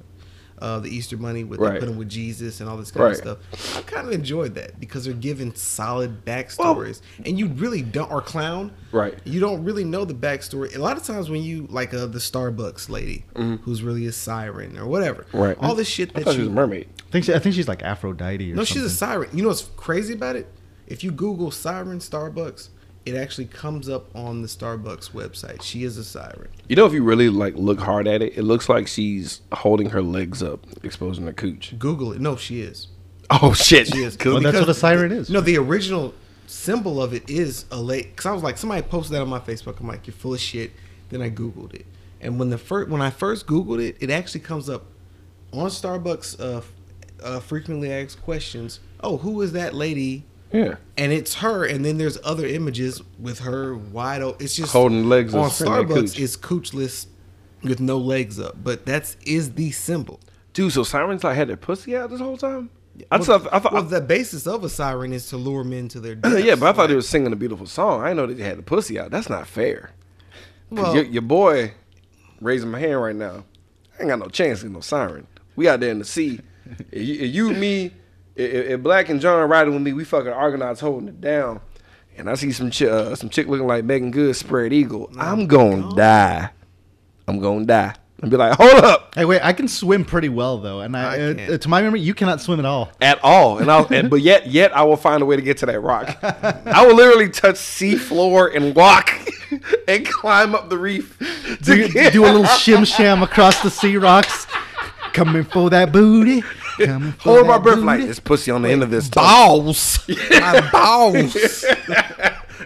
S3: uh, the Easter Bunny with
S1: Right.
S3: they put him with Jesus and all this kind
S1: Right.
S3: of stuff. I kind of enjoyed that because they're giving solid backstories, and you really don't. Or clown,
S1: Right.
S3: you don't really know the backstory. A lot of times when you like uh, the Starbucks lady, who's really a siren or whatever,
S1: Mm-hmm. Right.
S3: All this shit
S1: I
S3: that
S1: thought
S3: you
S1: she was a mermaid.
S2: I think she, I think she's like Aphrodite. Or
S3: no,
S2: something.
S3: she's a siren. You know what's crazy about it? If you Google siren Starbucks, it actually comes up on the Starbucks website. She is a siren.
S1: You know, if you really like look hard at it, it looks like she's holding her legs up, exposing her cooch.
S3: Google it. No, she is.
S1: Oh shit!
S3: She is.
S2: Well, that's what a siren is.
S3: No, the original symbol of it is a lake. Because I was like, somebody posted that on my Facebook. I'm like, you're full of shit. Then I googled it, and when the first when I first googled it, it actually comes up on Starbucks uh, f- uh, frequently asked questions. Oh, who is that lady?
S1: Yeah.
S3: And it's her, and then there's other images with her wide open. It's just
S1: Holding legs
S3: on
S1: up, sitting there
S3: Starbucks
S1: cooch.
S3: is coochless with no legs up, but that's is the symbol.
S1: Dude, so sirens like had their pussy out this whole time. I
S3: Well,
S1: thought, I thought,
S3: well, the basis of a siren is to lure men to their deaths.
S1: yeah, but I thought they
S3: Like,
S1: was singing a beautiful song. I didn't know that they had the pussy out. That's not fair. 'Cause
S3: Well-
S1: your, your boy raising my hand right now. I ain't got no chance with no siren. We out there in the sea. if you, if you, me, if, if Black and John riding with me, we fucking Argonauts holding it down. And I see some chi- uh, some chick looking like Megan Good, spread eagle. I'm gonna die. I'm gonna die. And be like, hold up,
S2: Hey, wait! I can swim pretty well though, and I,
S3: I
S2: uh,
S3: can't.
S2: uh, to my memory, you cannot swim at all.
S1: at all. And I'll, and, but yet, yet I will find a way to get to that rock. I will literally touch sea floor and walk and climb up the reef. To
S2: Do, you-
S1: get-
S2: do a little shim sham across the sea rocks, coming for that booty. Coming for
S1: hold my
S2: that
S1: breath
S2: booty.
S1: like this pussy on the end of this.
S3: balls. My balls.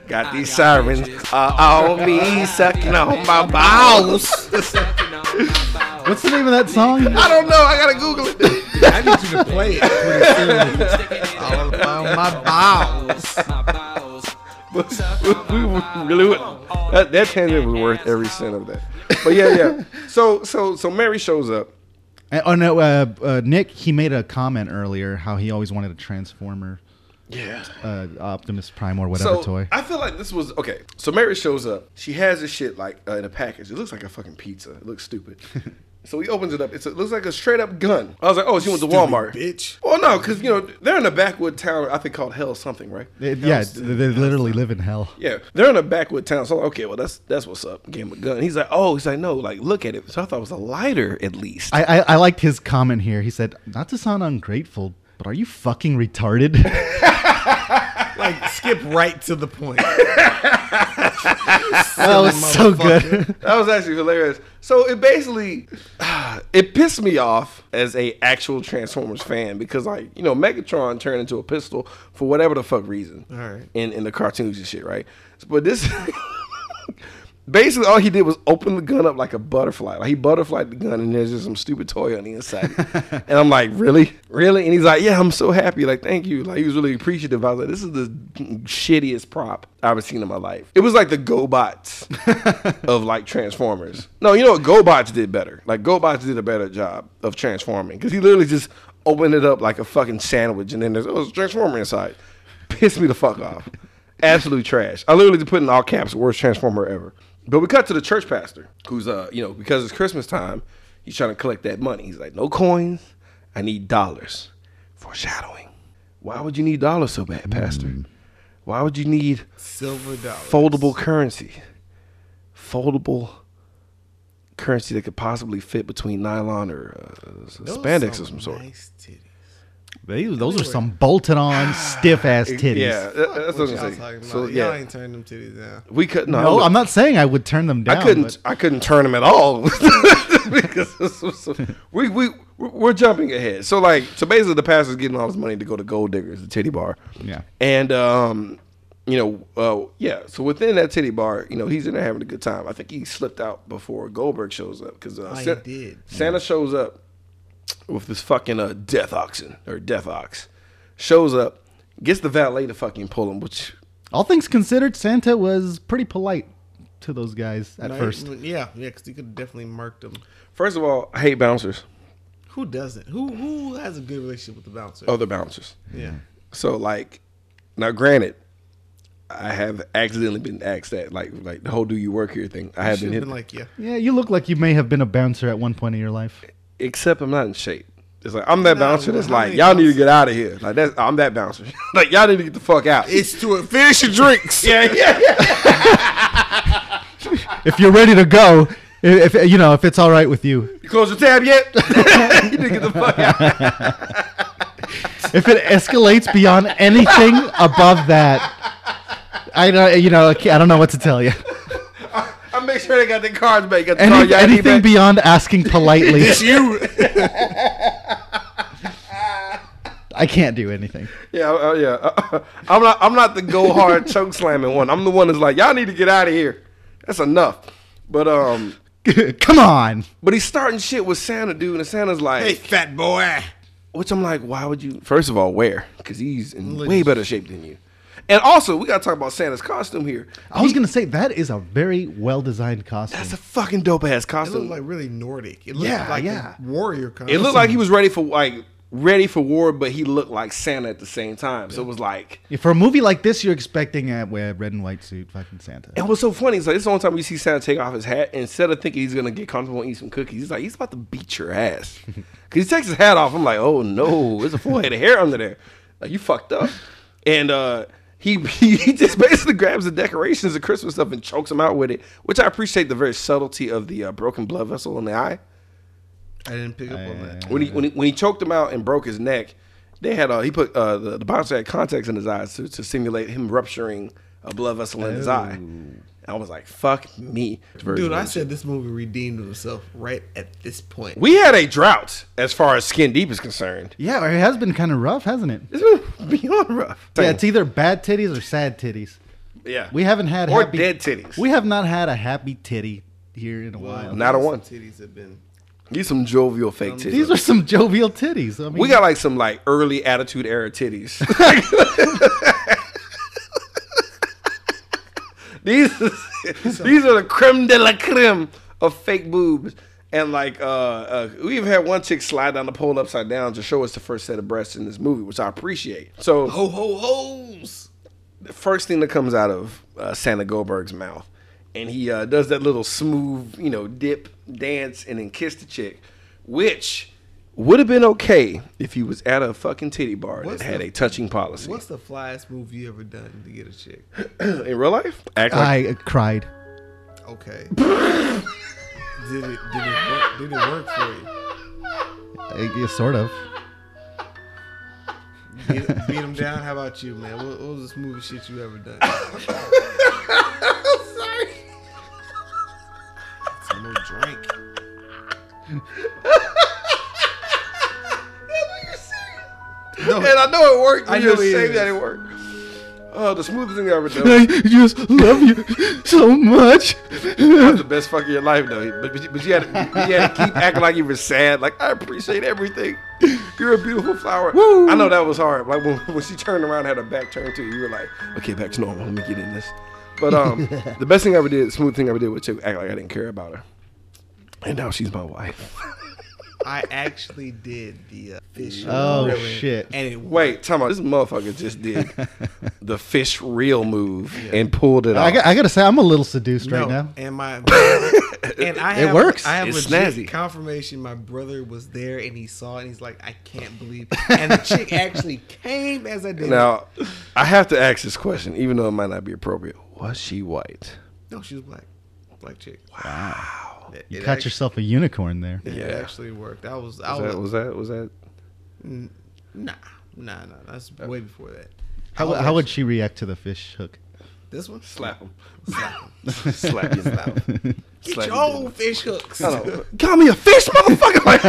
S1: Got these
S2: Ah,
S1: sirens uh, on me, sucking on my balls.
S2: What's the name of that song?
S1: I don't know. I gotta Google it.
S3: I need you to play it pretty soon. All about my balls.
S1: we really would- that, that tangent was worth every cent of that. But yeah, yeah. So so so Mary shows up.
S2: Uh, oh no, uh, uh, Nick. He made a comment earlier how he always wanted a Transformer,
S1: Yeah.
S2: uh, Optimus Prime or whatever
S1: So
S2: toy.
S1: I feel like this was okay. So Mary shows up. She has this shit like uh, in a package. It looks like a fucking pizza. It looks stupid. So he opens it up. It's a, looks like a straight up gun. I was like, oh, she went to Walmart.
S3: bitch.
S1: Well, no, because you know they're in a backwood town. I think called Hell something, right?
S2: It- yeah, they literally live in hell.
S1: Yeah, they're in a backwood town. So I'm like, okay, well that's that's what's up. Gave him a gun. He's like, oh, he's like, no, like look at it. So I thought it was a lighter at least.
S2: I, I, I liked his comment here. He said, "Not to sound ungrateful, but are you fucking retarded?"
S3: Like skip right to the point.
S2: that was so good.
S1: That was actually hilarious. So it basically it pissed me off as a actual Transformers fan because like, you know, Megatron turned into a pistol for whatever the fuck reason.
S3: Alright.
S1: In in the cartoons and shit, right? But this Basically, all he did was open the gun up like a butterfly. Like he butterflied the gun, and there's just some stupid toy on the inside. and I'm like, really, really? And he's like, yeah, I'm so happy. Like, thank you. Like he was really appreciative. I was like, this is the shittiest prop I've ever seen in my life. It was like the GoBots of like Transformers. No, you know what? GoBots did better. Like GoBots did a better job of transforming because he literally just opened it up like a fucking sandwich, and then there's oh, it's a transformer inside. Pissed me the fuck off. Absolute trash. I literally put in all caps worst transformer ever. But we cut to the church pastor who's uh you know because it's Christmas time, he's trying to collect that money. He's like, no coins, I need dollars. Foreshadowing. Why would you need dollars so bad, pastor? Why would you need
S3: Silver dollar.
S1: foldable currency. Foldable currency that could possibly fit between nylon or uh, s-
S3: Those
S1: spandex
S3: some
S1: of some sort.
S3: Nice titties.
S2: They- those are some bolted on stiff ass titties.
S1: Yeah, that- that's what
S3: What y'all
S1: I'm
S3: talking
S1: saying.
S3: about?
S1: So
S3: y'all
S1: yeah,
S3: ain't turning them titties down.
S1: we could no. I
S2: No,
S1: would-
S2: Oh, I'm not saying I would turn them down.
S1: I couldn't.
S2: but-
S1: I couldn't turn them at all because this was so- we we we're jumping ahead. So like, so basically, the pastor's getting all his money to go to Gold Diggers, the titty bar.
S2: Yeah.
S1: and um, you know, uh, yeah. So within that titty bar, you know, he's in there having a good time. I think he slipped out before Goldberg shows up because uh,
S3: Oh, he
S1: Sa-
S3: did.
S1: Santa shows up with this fucking uh, death oxen or death ox shows up, gets the valet to fucking pull him, which.
S2: All things considered, Santa was pretty polite to those guys at
S3: No,
S2: first.
S3: yeah, yeah, because you could have definitely marked them.
S1: First of all, I hate bouncers,
S3: Who doesn't? Who who has a good relationship with the bouncer?
S1: other bouncers.
S3: yeah.
S1: So like, now granted, I have accidentally been asked that, like like the whole "Do you work here?" thing. I have
S3: Should
S1: been
S3: have
S1: hit,
S3: been like, yeah.
S2: Yeah, you look like you may have been a bouncer at one point in your life.
S1: except I'm not in shape. It's like I'm that
S3: Nah,
S1: bouncer that's
S3: how
S1: like,
S3: many
S1: y'all need to get out of here. Like that's I'm that bouncer. like y'all need to get the fuck out.
S3: It's to it. Finish your drinks.
S1: yeah, yeah, yeah.
S2: If you're ready to go, if if- you know, if it's all right with you,
S1: You close your tab yet? you need to get the fuck out.
S2: if it escalates beyond anything above that, I don't, you know, I can't- I don't know what to tell you.
S1: I make sure they got their cards back. Got the
S2: Any,
S1: card, y'all need
S2: anything
S1: back.
S2: beyond asking politely,
S3: It's you.
S2: I can't do anything.
S1: Yeah, uh, yeah. I'm not. I'm not the go hard choke slamming one. I'm the one that's like, y'all need to get out of here. That's enough. But um,
S2: Come on.
S1: but he's starting shit with Santa, dude, and Santa's like,
S3: hey, fat boy.
S1: Which I'm like, why would you? First of all, where? Because he's in
S3: Look
S1: way
S3: at-
S1: better shape than you. And also, we gotta talk about Santa's costume here.
S2: I was gonna say that is a very well designed costume.
S1: That's a fucking dope ass
S3: It
S1: costume.
S3: looked like really Nordic. It looked
S2: Yeah,
S3: like
S2: yeah.
S3: a warrior kind.
S1: it looked like he was ready for like ready for war, but he looked like Santa at the same time. So it was like,
S2: Yeah, For a movie like this, you're expecting a wear a red and white suit, fucking Santa.
S1: and what's so funny is like this is the only time you see Santa take off his hat. and Instead of thinking he's gonna get comfortable and eat some cookies, he's like, he's about to beat your ass. Cause he takes his hat off. I'm like, oh no, there's a full head of hair under there. Like you fucked up. And uh he, he he just basically grabs the decorations of Christmas stuff and chokes him out with it, which I appreciate the very subtlety of the uh, broken blood vessel in the eye.
S3: I didn't pick up on that.
S1: When he, when he when he choked him out and broke his neck, they had uh, he put uh, the, the bouncer had contacts in his eyes to, to simulate him rupturing a blood vessel in his eye.
S2: Oh.
S1: I was like, "Fuck me,
S3: Dude, I said this movie redeemed himself right at this point.
S1: we had a drought as far as skin deep is concerned.
S2: Yeah, it has been kind of rough, hasn't it?
S1: It's been beyond rough.
S2: Yeah, it's either bad titties or sad titties.
S1: yeah.
S2: We haven't had
S1: or
S2: happy,
S1: dead titties.
S2: We have not had a happy titty here in a while.
S1: not a one.
S3: Titties have been.
S1: These some jovial fake
S3: Um,
S1: titties.
S2: These are some jovial titties. I mean,
S1: we got like some like early attitude era titties. these these are the creme de la creme of fake boobs. And like uh, uh we even had one chick slide down the pole upside down to show us the first set of breasts in this movie, which I appreciate. So
S3: Ho ho hoes.
S1: the first thing that comes out of uh, Santa Goldberg's mouth and he uh, does that little smooth, you know, dip dance and then kiss the chick, which would have been okay if he was at a fucking titty bar
S3: What's
S1: that had
S3: the-
S1: a touching policy.
S3: What's the flyest move you ever done to get a chick?
S1: In real life, act like
S2: I uh, cried.
S3: Okay. did it did it work, did it work for you?
S2: Uh, yeah, sort of.
S3: Beat, beat 'em down. How about you, man? What, what was this movie shit you ever done? Sorry. It's a little drink. No,
S1: And I know it worked.
S3: I
S1: I
S3: know
S1: just
S3: it
S1: say
S3: is.
S1: that it worked. Oh, the smoothest thing I ever done.
S2: I just love you so much.
S1: That's the best fuck of your life, though. But, but, you- but you, had to, you had to keep acting like you were sad. Like, I appreciate everything. You're a beautiful flower. I know that was hard. Like, when, when she turned around and had her back turned to you, you were like, okay, back to normal. Let me get in this. But um, the best thing I ever did, smooth thing I ever did was to act like I didn't care about her. And now she's my wife.
S3: I actually did the uh, fish.
S2: Oh
S3: reel in,
S2: shit.
S3: And it worked.
S1: Wait, time out. This motherfucker just did the fish reel move and pulled it off.
S2: I, got, I gotta say, I'm a little seduced
S3: No,
S2: right now.
S3: and my and I have,
S2: works.
S3: I have
S1: It's
S3: legit
S1: snazzy.
S3: confirmation. My brother was there and he saw it. and He's like, I can't believe. And the chick actually came as I did. it.
S1: Now, I have to ask this question, even though it might not be appropriate. Was she white?
S3: no, she was black, black chick. Wow. It,
S2: You
S3: it
S2: caught
S3: act-
S2: yourself a unicorn there.
S3: It
S1: Yeah.
S3: actually worked. I was. I
S1: Was
S3: was.
S1: that was that was that?
S3: Nah, nah, nah. That's way before that.
S2: How,
S3: was
S2: how would
S3: actually-
S2: she react to the fish hook?
S3: this one?
S1: Slap him.
S3: Slap. 'em.
S1: Slap you. Slap him.
S3: Get your own fish hooks.
S1: Call me a fish, motherfucker. Like,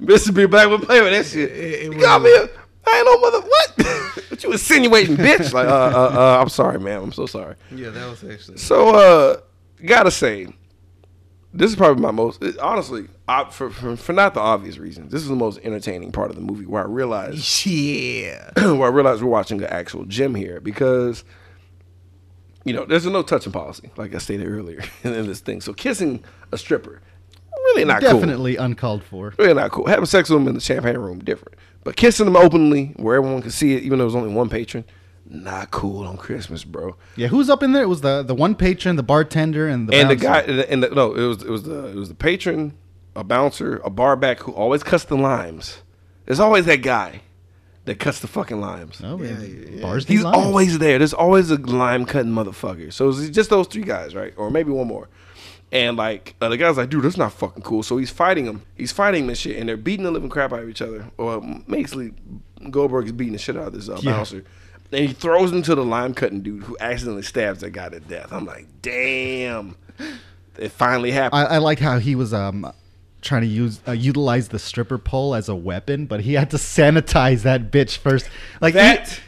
S1: Mr. B. Black would play with that shit.
S3: It- it
S1: you got me
S3: was-
S1: a. I ain't no mother. What? what you insinuating, bitch? Like, uh, uh, uh, I'm sorry, ma'am. I'm so sorry.
S3: yeah, that was actually.
S1: So, uh, gotta say, this is probably my most it- honestly I, for, for for not the obvious reasons. This is the most entertaining part of the movie where I realized
S3: Yeah.
S1: where I realized we're watching an actual gym here because you know there's a no touching policy, like I stated earlier in this thing. So kissing a stripper really not Ah, cool.
S2: Definitely uncalled for.
S1: Really not cool. Having sex with them in the champagne room, different. But kissing them openly, where everyone could see it, even though there's only one patron, not cool on Christmas, bro.
S2: Yeah, who was up in there? It was the the one patron, the bartender, and the
S1: and the
S2: bouncer.
S1: guy and the, and the- no, it was it was the it was the patron, a bouncer, a bar back who always cuts the limes. There's always that guy that cuts the fucking limes.
S2: Oh, yeah,
S3: yeah,
S2: bars.
S1: He's
S2: need lines.
S1: always there. There's always a lime cutting motherfucker. So it's just those three guys, right? Or maybe one more. And like uh, the guy's like, dude, that's not fucking cool. So he's fighting him. He's fighting this shit, and they're beating the living crap out of each other. Or um, basically, Goldberg is beating the shit out of this uh,
S2: Yeah.
S1: bouncer. And he throws him to the lime cutting dude who accidentally stabs that guy to death. I'm like, damn, it finally happened.
S2: I, I liked how he was um trying to use uh, utilize the stripper pole as a weapon, but he had to sanitize that bitch first. Like he-
S1: that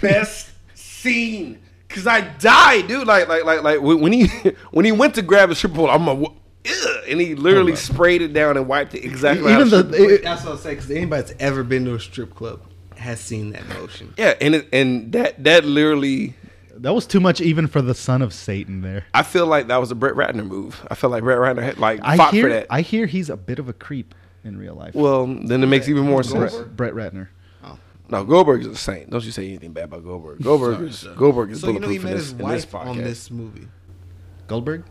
S1: best scene because I died, dude. Like, like, like, like when when he when he went to grab his triple, I'm a Ugh, and he literally sprayed it down and wiped it exactly.
S2: Oh even
S1: out of
S2: the it-
S3: That's what I say. Because anybody that's ever been to a strip club has seen that motion.
S1: yeah, and it, and that that literally,
S2: that was too much even for the son of Satan there.
S1: I feel like that was a Brett Ratner move. I feel like Brett Ratner had like
S2: I
S1: fought
S2: hear
S1: for that.
S2: I hear he's a bit of a creep in real life.
S1: well, then it makes even more sense.
S2: Brett, Brett Ratner.
S1: No, Goldberg's a saint. Don't you say anything bad about Goldberg. Goldberg is Goldberg is
S3: So you know
S1: bulletproof
S3: he met
S1: in, this,
S3: his
S1: in this
S3: wife
S1: podcast.
S3: on this movie.
S2: Goldberg?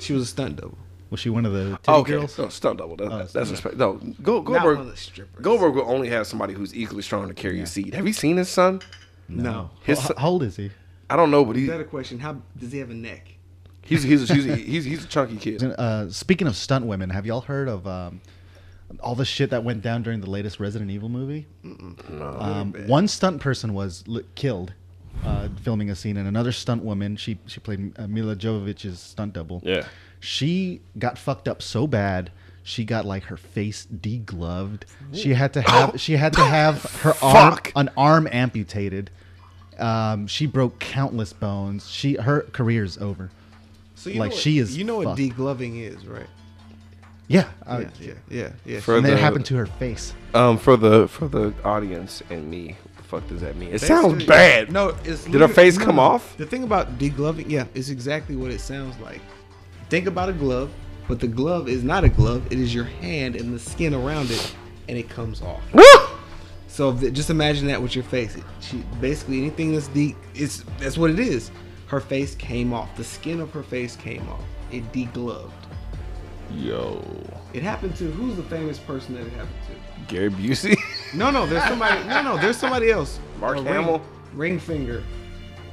S3: She was a stunt double.
S2: Was she one of the titty
S1: Oh, Okay,
S2: girls?
S1: no, stunt double. That, that's
S2: stunt
S1: respect. No, Go,
S3: one of
S1: Goldberg.
S3: the strippers.
S1: Goldberg will only have somebody who's equally strong to carry a seed. Have you seen his son?
S3: No.
S1: His
S2: How-
S1: son-
S2: how old is he?
S1: I don't know, but he,
S3: Better question: How does he have a neck?
S1: he's he's he's, he's he's he's a chunky kid.
S2: Uh, speaking of stunt women, have y'all heard of um, all the shit that went down during the latest Resident Evil movie? Um, one stunt person was li- killed uh, filming a scene, and another stunt woman, she she played uh, Mila Jovovich's stunt double.
S1: Yeah.
S2: she got fucked up so bad. She got like her face degloved. She had to have she had to have her arm
S1: Fuck.
S2: an arm amputated. Um, she broke countless bones. She her career's over.
S3: So
S2: Like,
S3: know what-
S2: she is
S3: You know what
S2: fucked.
S3: degloving is, right?
S2: Yeah, uh,
S3: yeah, yeah, yeah, yeah.
S1: For
S2: and
S1: the-
S2: it happened to her face.
S1: Um, for the for the audience and me, what the fuck does that mean? It sounds
S3: Basically-
S1: bad.
S3: No, it's
S1: did her
S3: literally-
S1: face
S3: no,
S1: come
S3: no.
S1: off?
S3: The thing about degloving, yeah, it's exactly what it sounds like. Think about a glove, but the glove is not a glove. It is your hand and the skin around it, and it comes off. So if th- just imagine that with your face. It, she, basically, anything that's de- it's that's what it is. her face came off. The skin of her face came off. It degloved.
S1: Yo,
S3: It happened to who's the famous person that it happened
S1: Gary Busey.
S3: to? No, no, there's somebody. no, no, there's somebody else.
S1: Mark
S3: ring-
S1: Hamill?
S3: Ring finger.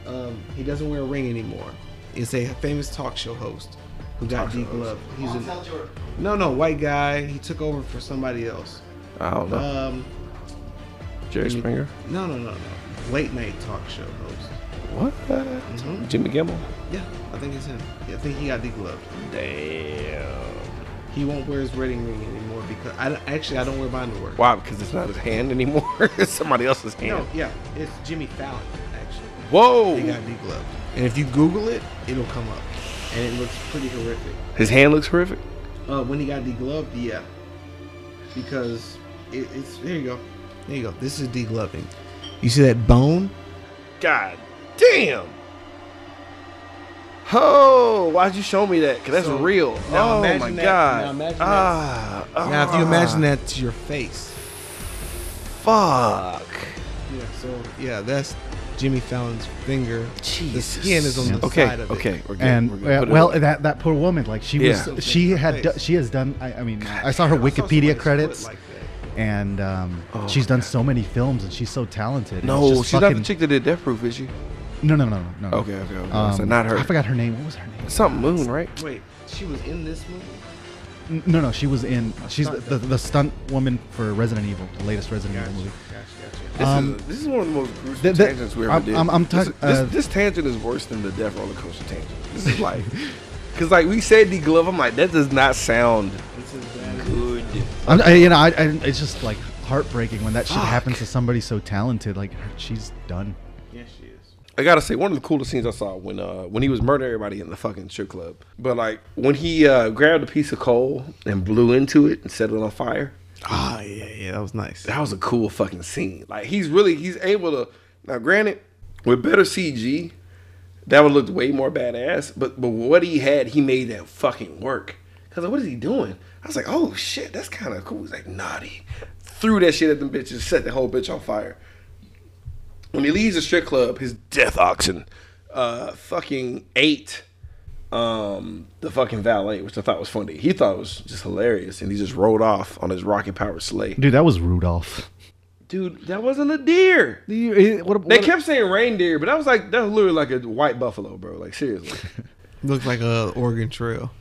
S3: Um, he doesn't wear a ring anymore. It's a famous talk show host who got degloved. He's a, no, no, white guy. He took over for somebody else.
S1: I don't know.
S3: Um,
S1: Jerry Springer.
S3: no, no, no, no. Late night talk show host.
S1: What?
S3: Mhm.
S1: Jimmy Kimmel.
S3: Yeah, I think it's him. Yeah, I think he got degloved.
S1: Damn.
S3: He won't wear his wedding ring anymore because I don't- actually I don't wear mine to work.
S1: Why? Because it's not his hand anymore. it's somebody else's hand.
S3: No, yeah, it's Jimmy Fallon actually.
S1: Whoa.
S3: He got degloved, and if you Google it, it'll come up, and it looks pretty horrific.
S1: His hand looks horrific.
S3: Uh, when he got degloved, yeah, because it, it's here you go, there you go. This is degloving. You see that bone?
S1: God damn. Oh, why'd you show me that? Because that's
S3: So,
S1: real.
S3: now
S1: oh
S3: imagine
S1: my
S3: that-
S1: god.
S3: now imagine that.
S1: ah,
S3: Now, if you
S1: ah,
S3: imagine that to your face,
S1: ah, Fuck.
S3: yeah. So yeah, that's Jimmy Fallon's finger. The
S1: Jesus.
S3: skin is on the
S1: okay,
S3: side of it.
S1: okay, we're good.
S2: and
S1: we're good.
S2: uh,
S1: Put it
S2: well,
S1: away.
S2: that that poor woman, like she
S1: Yeah.
S2: was, she had, do, she has done. I, I mean, I saw her
S3: I saw somebody's
S2: Wikipedia
S3: foot
S2: credits,
S3: like that.
S2: and um,
S1: Oh
S2: she's
S1: my
S2: done
S1: God.
S2: so many films, and she's so talented. and
S1: no,
S2: it's
S1: she's
S2: just
S1: not the
S2: fucking-
S1: chick that did Death Proof, is she?
S2: No, no, no, no. no.
S1: Okay, okay, okay. so not her.
S2: I forgot her name. What was her name?
S1: Something Moon, right?
S3: Wait, she was in this movie?
S2: N- No, no, she was in. She's the,
S3: stunt
S2: the, the stunt woman for Resident Evil, the latest Resident Evil movie.
S3: Gotcha,
S1: This,
S2: Um,
S1: is, this is one of the most gruesome
S2: th- th-
S1: tangents we ever
S2: I'm-
S1: did.
S2: I'm- I'm
S1: this,
S2: talk-
S1: this,
S2: uh,
S1: this tangent is worse than the Death Roller Coaster tangent. This is like, because like we said, the glove. I'm like, that does not sound
S3: This is bad.
S1: good.
S2: I'm, I, you know, I, I, it's just like heartbreaking when that shit happens to somebody so talented. Like she's done.
S3: Yes, she is.
S1: I gotta say, one of the coolest scenes I saw when uh when he was murdering everybody in the fucking strip club. But like when he uh grabbed a piece of coal and blew into it and set it on fire,
S3: Ah, yeah, yeah, that was nice.
S1: that was a cool fucking scene. Like he's really he's able to now granted, with better CG, that would look way more badass. But but what he had, he made that fucking work. Cause like, what is he doing? I was like, oh shit, that's kind of cool. He's like naughty, threw that shit at them bitches, set the whole bitch on fire. When he leaves the strip club, his death oxen, uh, fucking eight, um, the fucking valet, which I thought was funny. He thought it was just hilarious, and he just rode off on his rocket powered sleigh.
S2: Dude, that was Rudolph.
S1: Dude, that wasn't a deer. They kept saying reindeer, but I was like, that was literally like a white buffalo, bro. Like seriously.
S3: Looked like a Oregon Trail.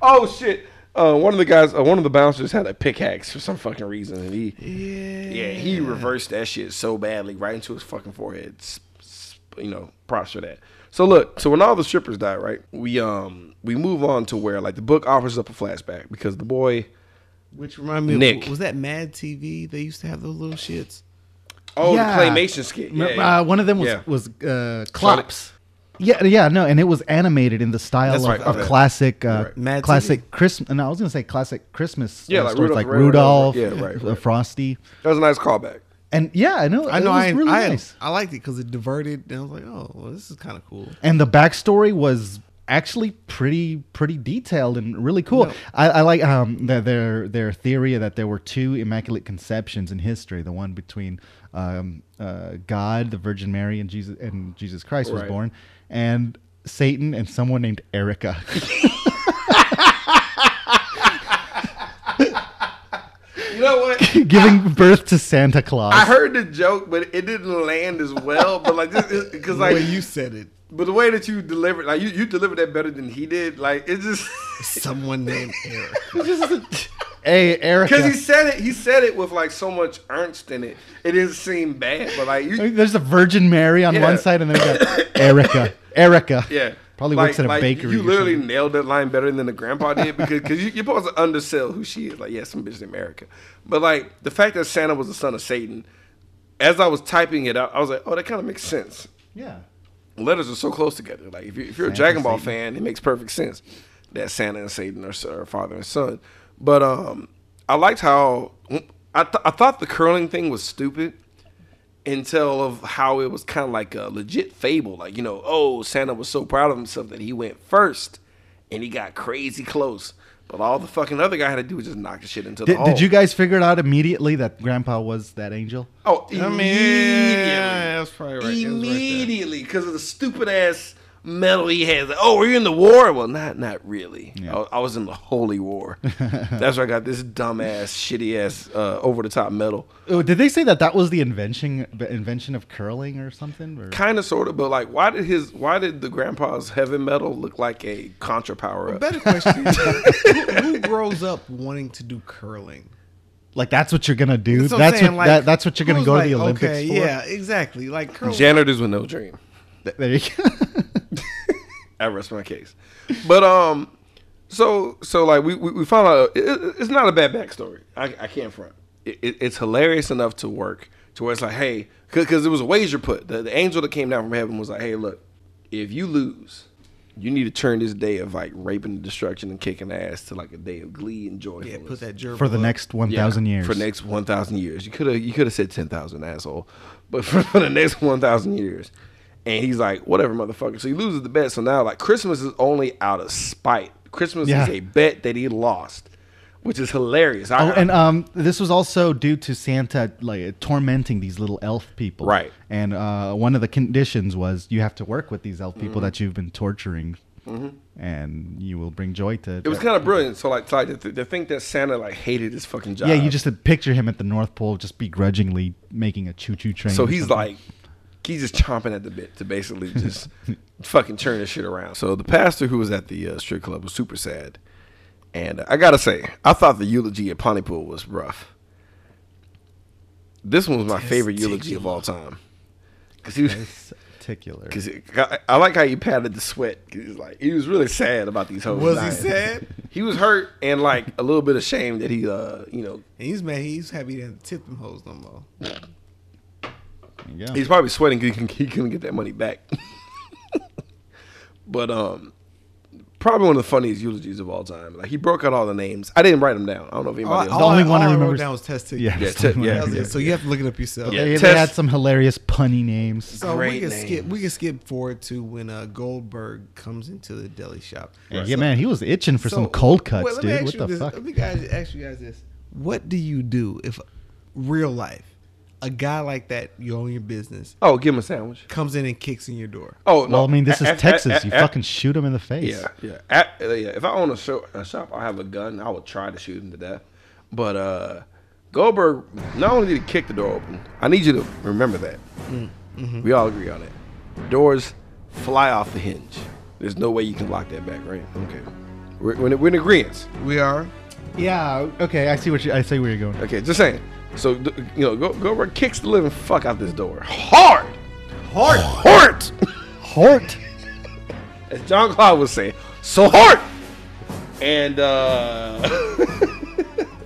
S1: oh shit. Uh, one of the guys, uh, one of the bouncers had a pickaxe for some fucking reason, and he, yeah, he reversed that shit so badly right into his fucking forehead. S- s- You know, props for that. So look, so when all the strippers die, right? We um we move on to where like the book offers up a flashback because the boy,
S3: Which remind me,
S1: Nick.
S3: was that Mad TV? They used to have those little shits.
S1: oh
S2: Yeah.
S1: the claymation skit, yeah,
S2: Remember,
S1: yeah.
S2: Uh, one of them was
S1: Yeah.
S2: was uh, Clops. Yeah, yeah, no, and it was animated in the style
S1: That's
S2: of,
S1: right,
S2: of
S1: okay.
S2: classic, uh,
S1: Right.
S3: Mad
S2: classic Christmas. No, I was gonna say classic Christmas.
S1: Yeah,
S2: uh,
S1: like
S2: stories
S1: Rudolph
S2: like
S1: the Red Nosed
S2: Rudolph,
S1: Reindeer. Yeah, right,
S2: uh,
S1: right.
S2: Frosty,
S1: that was a nice callback.
S2: and yeah, I know,
S3: I know,
S2: it was
S3: I
S2: really
S3: I,
S2: nice.
S3: I liked it because it diverted, and I was like, oh, well, this is kind of cool.
S2: and the backstory was actually pretty pretty detailed and really cool. I, I like um the, their their theory that there were two immaculate conceptions in history. The one between um, uh, God, the Virgin Mary, and Jesus and Jesus Christ was
S1: Right.
S2: born, and Satan and someone named Erica.
S1: You know what?
S2: giving birth to Santa Claus.
S1: I heard the joke, but it didn't land as well. But like, because like,
S3: the way you said it,
S1: but the way that you delivered, like you, you delivered that better than he did. Like it just,
S3: someone named Eric.
S2: hey, Erica.
S1: because he said it, he said it with like so much ernst in it. It didn't seem bad, but like you,
S2: There's a Virgin Mary on
S1: Yeah.
S2: one side, and then we got Erica. Erica.
S1: yeah,
S2: Probably
S1: Like-
S2: works at a
S1: like,
S2: bakery.
S1: You
S2: or
S1: literally
S2: something.
S1: nailed that line better than the grandpa did because because you, you're supposed to undersell who she is. Like, yeah, some bitch in America, but like the fact that Santa was the son of Satan. As I was typing it out, I was like, oh, that kind of makes sense.
S2: Yeah.
S1: letters are so close together. Like if, you, if you're a
S2: Santa
S1: Dragon Ball
S2: Satan.
S1: fan, it makes perfect sense that Santa and Satan are, s- are father and son. But um, I liked how I, th- I thought the curling thing was stupid until of how it was kind of like a legit fable. Like you know, oh Santa was so proud of himself that he went first and he got crazy close. But all the fucking other guy had to do was just knock the shit into
S2: Did,
S1: the hole.
S2: did you guys figure it out immediately that Grandpa was that angel?
S1: Oh,
S3: I mean,
S1: immediately.
S3: yeah, that's probably right. It was right there.
S1: immediately because of the stupid ass metal he has. Like, oh, were you in the war? Well, not not really.
S2: Yeah.
S1: I, I was in the holy war. That's where I got this dumbass, shitty ass, uh, over the top metal.
S2: Oh, did they say that that was the invention the invention of curling or something? Or?
S1: Kind of, sort of, but like, why did his, why did the grandpa's heavy metal look like a contra power up?
S3: Better question: is, who, who grows up wanting to do curling?
S2: Like that's what you're gonna do.
S3: what I'm
S2: That's
S3: saying,
S2: what
S3: like,
S2: that, that's what you're gonna
S3: who's
S2: go
S3: like,
S2: to the Olympics
S3: okay,
S2: for.
S3: Yeah, exactly. Like curling.
S1: Janitors with no dream.
S2: Th- There you go.
S1: I rest my case. But um, so so like we we, we found out it, it- it's not a bad backstory. I, I can't front. It, it, it's hilarious enough to work to where it's like, hey, because it was a wager put. The, the angel that came down from heaven was like, hey, look, if you lose, you need to turn this day of like raping and destruction and kicking ass to like a day of glee and joy.
S3: yeah, put that gerbil
S2: for the
S3: up.
S2: next one
S1: Yeah,
S2: thousand years.
S1: For next one thousand years, you could have you could have said ten thousand, asshole. But for, the next one thousand years, and he's like, whatever, motherfucker. So he loses the bet. So now, like, Christmas is only out of spite. Christmas
S2: Yeah.
S1: is a bet that he lost, which is hilarious. I,
S2: Oh, and um, this was also due to Santa like tormenting these little elf people,
S1: Right.
S2: And uh, one of the conditions was you have to work with these elf
S3: Mm-hmm.
S2: people that you've been torturing, and you will bring joy to.
S1: it was kind of brilliant. So like, to, like to, to think that Santa like hated his fucking job.
S2: yeah. You just had picture him at the North Pole, just begrudgingly making a choo-choo train.
S1: So
S3: Mm-hmm.
S2: or
S1: he's
S2: something.
S1: like, he's just chomping at the bit to basically just fucking turn this shit around. So the pastor who was at the uh, strip club was super sad, and uh, I gotta say, I thought the eulogy at Pontypool was rough. This one was my favorite eulogy of all time, because he was.
S2: particular.
S1: Cause it, I, I like how he patted the sweat. 'cause he's like he was really sad about these hoes.
S3: Was he
S1: dying.
S3: sad?
S1: He was hurt and like a little bit ashamed that he, uh, you know,
S3: And he's mad. He's happy to tip them hoes no more.
S2: There you go.
S1: He's probably sweating 'cause he, can, he couldn't get that money back. but um, probably one of the funniest eulogies of all time. Like he broke out all the names. I didn't write them down. I don't know if anybody
S2: all-
S1: else.
S2: only one Oh, I
S3: wrote
S2: remember is-
S3: down was test ticket.
S2: yeah,
S1: Yeah,
S2: it's the
S1: t-
S2: one
S1: yeah,
S2: I
S3: That was
S2: remember.
S3: it. So you have to look it up yourself.
S1: Yeah.
S2: They, they
S1: Test-
S2: had some hilarious punny names.
S3: So
S1: Great
S3: we can skip.
S1: names.
S3: We can skip forward to when uh, Goldberg comes into the deli shop.
S2: Yeah, man, he was itching for some
S3: So-
S2: cold cuts,
S3: Wait, let me
S2: dude.
S3: ask
S2: What
S3: you
S2: the
S3: this.
S2: fuck?
S3: Let me guys ask you guys this: What do you do if real life a guy like that you own your business
S1: Oh, give him a sandwich.
S3: comes in and kicks in your door?
S1: Oh, no.
S2: Well, I mean, this
S1: A-
S2: is
S1: a- a-
S2: Texas.
S1: a-
S2: You
S1: a-
S2: fucking shoot him in the face.
S1: eh, Yeah, yeah. At, uh, yeah. If I own a, sho a shop, I have a gun. I would try to shoot him to death. But uh, Goldberg, not only did he kick the door open, I need you to remember that. We all agree on that. Doors fly off the hinge. There's no way you can lock that back, right? Okay. We're, we're, in- we're in agreement.
S3: We are.
S2: Yeah. Okay. I see what you. I see where you're going.
S1: Okay, just saying. So, d- you know, Go- Goldberg kicks the living fuck out this door. Hard! Hard! Hard!
S2: Hort.
S1: As John Claude would say, so hard! And, uh.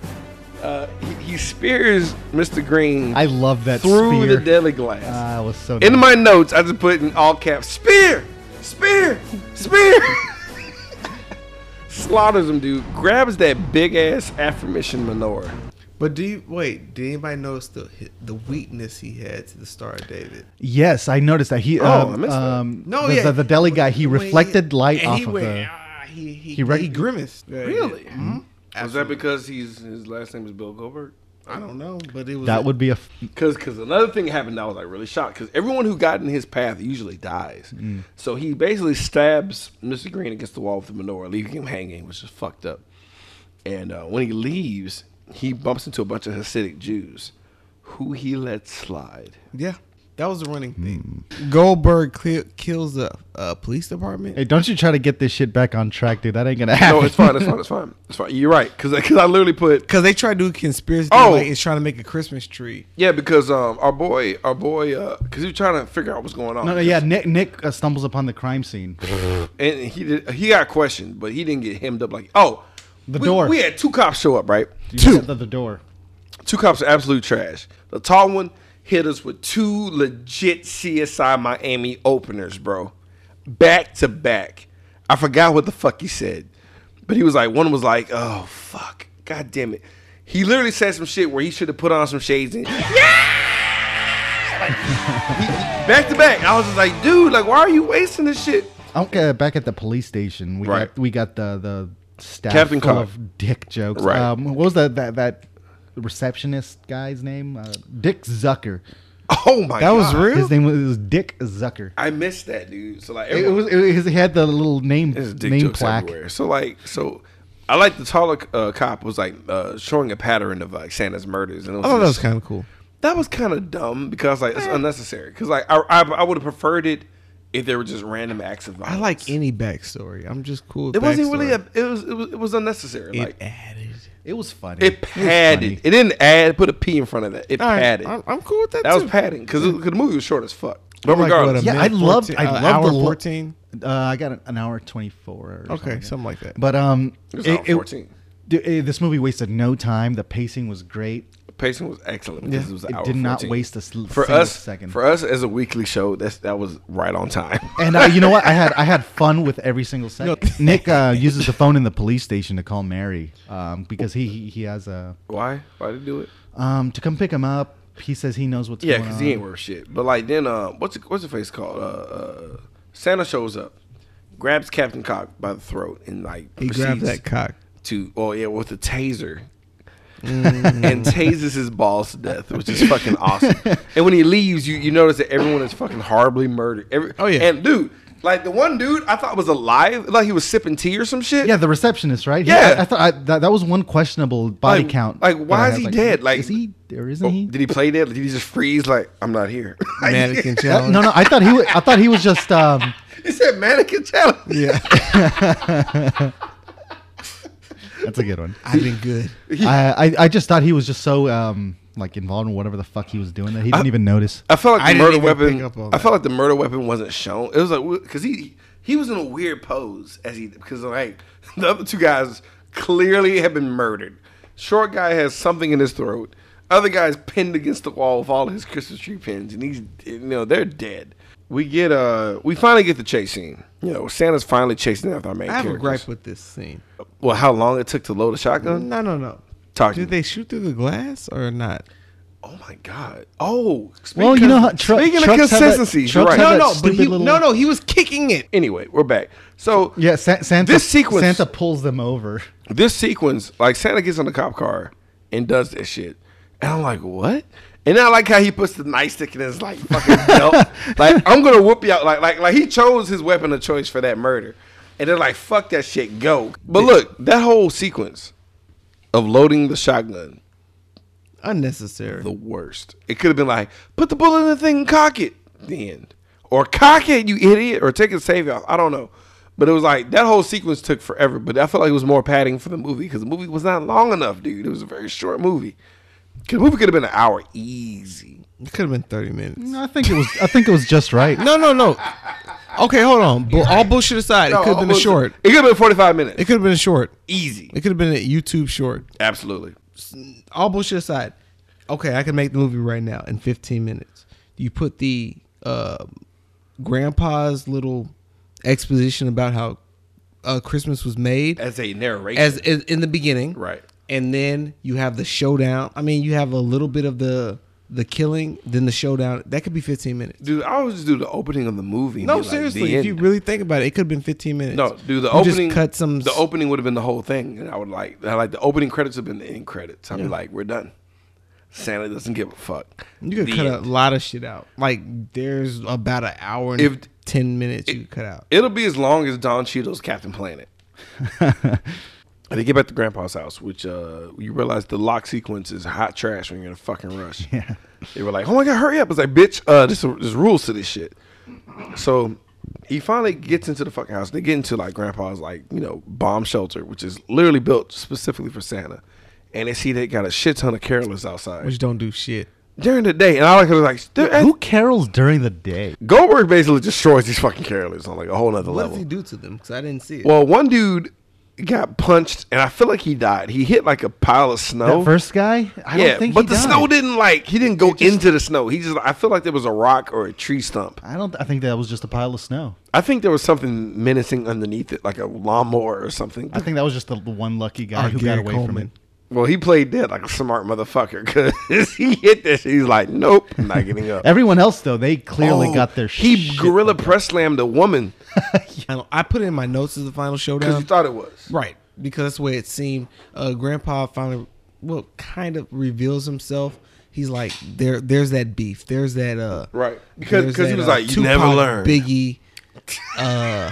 S1: uh he, he spears Mr. Green
S2: I love that
S1: through
S2: spear.
S1: the deli glass.
S2: Ah, it was so.
S1: In
S2: nice.
S1: my notes, I just put in all caps spear! Spear! Spear! Slaughters him, dude. Grabs that big ass affirmation menorah.
S3: But do you wait? Did anybody notice the the weakness he had to the Star of David?
S2: Yes, I noticed that he.
S1: Oh,
S2: um,
S1: I missed that.
S2: um,
S3: No,
S2: the,
S3: yeah,
S2: the, the deli guy. He
S3: When
S2: reflected light
S3: and
S2: off
S3: he
S2: of
S3: went,
S2: the.
S3: ah, he, he, Mm-hmm.
S2: he re- Hmm?
S3: he grimaced. Yeah, yeah.
S1: mm Was that because he's his last name is Bill Goldberg?
S3: I don't know, but it was
S2: That would be a. f-
S1: Cause, cause another thing happened that I was like really shocked. Cause everyone who got in his path usually dies.
S2: Mm.
S1: So he basically stabs Mr. Green against the wall with the menorah, leaving him hanging, which is fucked up. And uh, when he leaves, he bumps into a bunch of Hasidic Jews, who he lets slide.
S3: Yeah, that was the running thing. Goldberg clear, kills the uh, police department.
S2: Hey, don't you try to get this shit back on track, dude. That ain't gonna happen.
S1: No, it's fine. It's fine. It's fine. It's fine. You're right. Cause, 'cause I literally put
S3: Cause they try to do conspiracy.
S1: Oh.
S3: Oh, like it's trying to make a Christmas tree.
S1: yeah. Because um, our boy, our boy, uh, cause he was trying to figure out what's going on.
S2: No, no, yeah. Nick Nick uh, stumbles upon the crime scene.
S1: and he did, he got questioned, but he didn't get hemmed up like oh
S2: The
S1: we,
S2: door.
S1: We had two cops show up, right?
S2: You
S1: Two
S2: shut the, the door.
S1: two cops are absolute trash. The tall one hit us with two legit CSI Miami openers, bro, back to back. I forgot what the fuck he said, but he was like one was like oh fuck god damn it. He literally said some shit where he should have put on some shades and back to back. I was just like, dude, like why are you wasting this shit?
S2: Okay, back at the police station, we
S1: Right.
S2: got we got the the staff
S1: Captain
S2: full
S1: Cock.
S2: of dick jokes.
S1: Right.
S2: Um, what was that that that receptionist guy's name? Uh, Dick Zucker.
S1: Oh my
S3: That was
S1: God.
S3: real?
S2: His name was, it was Dick Zucker.
S1: I missed that dude. So like
S2: It
S1: everyone-
S2: was. It was he had the little name
S1: There's dick
S2: name
S1: jokes
S2: plaque.
S1: everywhere. So like, so I like the taller uh, cop was like uh, showing a pattern of like Santa's murders, and it
S3: I thought that was
S1: just-
S3: Eh. kind of cool.
S1: that was kind of dumb because like it's unnecessary. Because like I I, I would have preferred it if there were just random acts of
S3: I
S1: violence.
S3: like any backstory. I'm just cool. With
S1: it wasn't really a
S3: backstory.
S1: it was it was, it was unnecessary.
S3: It
S1: like
S3: added.
S2: It was funny.
S1: it
S2: was
S1: padded.
S2: funny.
S1: It didn't add. Put a p in front of that. It
S3: All right,
S1: padded.
S3: I'm, I'm cool with that.
S1: that was
S3: too.
S1: padding because the movie was short as fuck. But
S3: Like, what, a
S1: regardless,
S2: Yeah, I
S3: minute
S2: loved-
S3: 14
S2: I
S3: uh,
S2: loved
S3: hour
S2: the look.
S3: 14.
S2: Uh, I got an- an hour twenty four.
S3: Okay, something like that.
S2: But um,
S1: It was
S2: it-
S1: hour
S2: it-
S1: 14.
S2: d- eh, this movie wasted no time. The pacing was great.
S1: pacing was excellent because it was an
S2: It
S1: hour
S2: did not
S1: 14.
S2: waste a sl-
S1: for
S2: single
S1: us
S2: second.
S1: for us as a weekly show that's that was right on time
S2: And uh, you know what? I had I had fun with every single second. Nick uh, uses the phone in the police station to call Mary um, because he he, he has a
S1: why why did he do it
S2: um, to come pick him up. He says he knows what's
S1: yeah
S2: going
S1: because
S2: on.
S1: he ain't worth shit but like then uh what's it, what's the face called uh, uh santa shows up grabs captain cock by the throat and like
S3: He grabbed that cock.
S1: to oh yeah with a taser
S3: Mm.
S1: and tases his balls to death, which is fucking awesome. and when he leaves, you you notice that everyone is fucking horribly murdered. Every,
S3: Oh, yeah.
S1: and dude, like the one dude I thought was alive, like he was sipping tea or some shit.
S2: Yeah, the receptionist, right? He-
S1: Yeah.
S2: I, I thought I, that, that was one questionable body
S1: Like-
S2: count.
S1: like,
S2: that
S1: why
S2: I
S1: is
S2: had.
S1: he dead? Like-
S2: is he or isn't
S1: Oh,
S2: he?
S1: did he play that? Did he just freeze like I'm not here?
S3: Mannequin challenge.
S2: Uh, no, no. I thought he was. I thought he was just. Um,
S1: he said mannequin challenge.
S3: Yeah,
S2: that's a good one.
S3: I've been good.
S2: I, I I just thought he was just so um like involved in whatever the fuck he was doing that he didn't even notice.
S1: I felt like
S3: I
S1: the
S3: didn't
S1: murder
S3: even
S1: weapon.
S3: pick up on
S1: I felt like the murder weapon wasn't shown. It was like because he he was in a weird pose as he because like the other two guys clearly have been murdered. Short guy has something in his throat. Other guy's pinned against the wall with all his Christmas tree pins, and he's you know they're dead. We get uh we finally get the chase scene. You know Santa's finally chasing after our main
S3: I have a
S1: characters.
S3: gripe with this scene.
S1: Well, how long it took to load a shotgun?
S3: No, no, no.
S1: Talk to me.
S3: Did they shoot through the glass or not?
S1: Oh my god! Oh, speak-
S2: Well, you know how tru-
S1: speaking of
S2: trucks have that-
S1: consistency, you're
S2: trucks
S1: right.
S2: have
S1: No,
S2: that
S1: no.
S2: s- stupid
S3: he,
S2: little-
S3: no, no. He was kicking it.
S1: Anyway, we're back. So
S2: Yeah, Sa- Santa.
S1: This sequence-
S2: Santa pulls them over.
S1: this sequence, like Santa gets on the cop car and does this shit, and I'm like, what? And I like how he puts the nightstick in his like fucking belt. like I'm gonna whoop you out. Like like like he chose his weapon of choice for that murder, and they're like, fuck that shit, go. But look, that whole sequence of loading the shotgun,
S3: Unnecessary.
S1: the worst. It could have been like, put the bullet in the thing and cock it then. Or cock it, you idiot, or take a save off. I don't know. But it was like that whole sequence took forever. But I felt like it was more padding for the movie because the movie was not long enough, dude. It was a very short movie. 'Cause The movie could have been an hour easy.
S3: It could have been thirty minutes.
S2: No, I think it was. I think it was just right.
S3: No, no, no. Okay, hold on. Bu- all bullshit aside, it could have been a
S1: almost-
S3: short.
S1: It could have been 45 minutes.
S3: It could have been a short.
S1: easy.
S3: It could have been a YouTube short.
S1: Absolutely.
S3: All bullshit aside, okay, I can make the movie right now in 15 minutes. You put the uh, grandpa's little exposition about how uh, Christmas was made
S1: As a narration.
S3: as, as in the beginning,
S1: Right.
S3: And then you have the showdown. I mean, you have a little bit of the the killing, then the showdown. That could be 15 minutes.
S1: dude, I always do the opening of the movie. and
S3: No,
S1: be like,
S3: seriously.
S1: the
S3: if you
S1: end.
S3: really think about it, it could have been 15 minutes.
S1: No, dude. The
S3: You
S1: opening
S3: just cut some.
S1: The opening would have been the whole thing, and I would like, I like the opening credits have been the end credits. I'd be like, we're done. Santa doesn't give a fuck.
S3: you could
S1: The
S3: cut a
S1: end.
S3: lot of shit out. Like there's about an hour and
S1: If-
S3: 10 minutes you cut out.
S1: It'll be as long as Don Cheadle's Captain Planet. And they get back to Grandpa's house, which uh, you realize the lock sequence is hot trash when you're in a fucking rush. Yeah. They were like, "Oh my god, hurry up!" It's like, "Bitch, uh, this there's rules to this shit." So he finally gets into the fucking house. They get into like Grandpa's like you know bomb shelter, which is literally built specifically for Santa. And they see they got a shit ton of carolers outside
S3: Which don't do shit.
S1: during the day. And I like, I was like, "They're at-
S2: Who carols during the day?
S1: Goldberg basically destroys these fucking carolers on like a whole nother
S3: What
S1: level.
S3: does he do to them? Because I didn't see it.
S1: Well, one dude got punched, and I feel like he died. He hit like a pile of snow.
S2: That first guy? I
S1: yeah,
S2: don't think
S1: but
S2: he
S1: the
S2: died.
S1: snow didn't like he didn't go into the snow. He just I feel like there was a rock or a tree stump.
S2: I don't. I think that was just a pile of snow.
S1: I think there was something menacing underneath it, like a lawnmower or something.
S2: I think that was just the the one lucky guy
S3: Or
S2: who
S3: Gary
S2: got away from
S3: Coleman.
S2: it.
S1: Well, he played dead like a smart motherfucker because he hit this. He's like, nope, I'm not getting up.
S2: Everyone else though, they clearly
S1: Oh,
S2: got their.
S1: He
S2: shit.
S1: gorilla press slammed a woman
S3: I, don't- I put it in my notes as the final
S1: because
S3: showdown.
S1: he thought it was.
S3: right. because that's the way it seemed. Uh, Grandpa finally, well, kind of reveals himself. He's like, there, there's that beef. There's that, uh,
S1: Right. Because-
S3: there's
S1: 'cause he
S3: that, uh,
S1: was like, "You never
S3: Tupac,
S1: learn."
S3: Biggie, uh,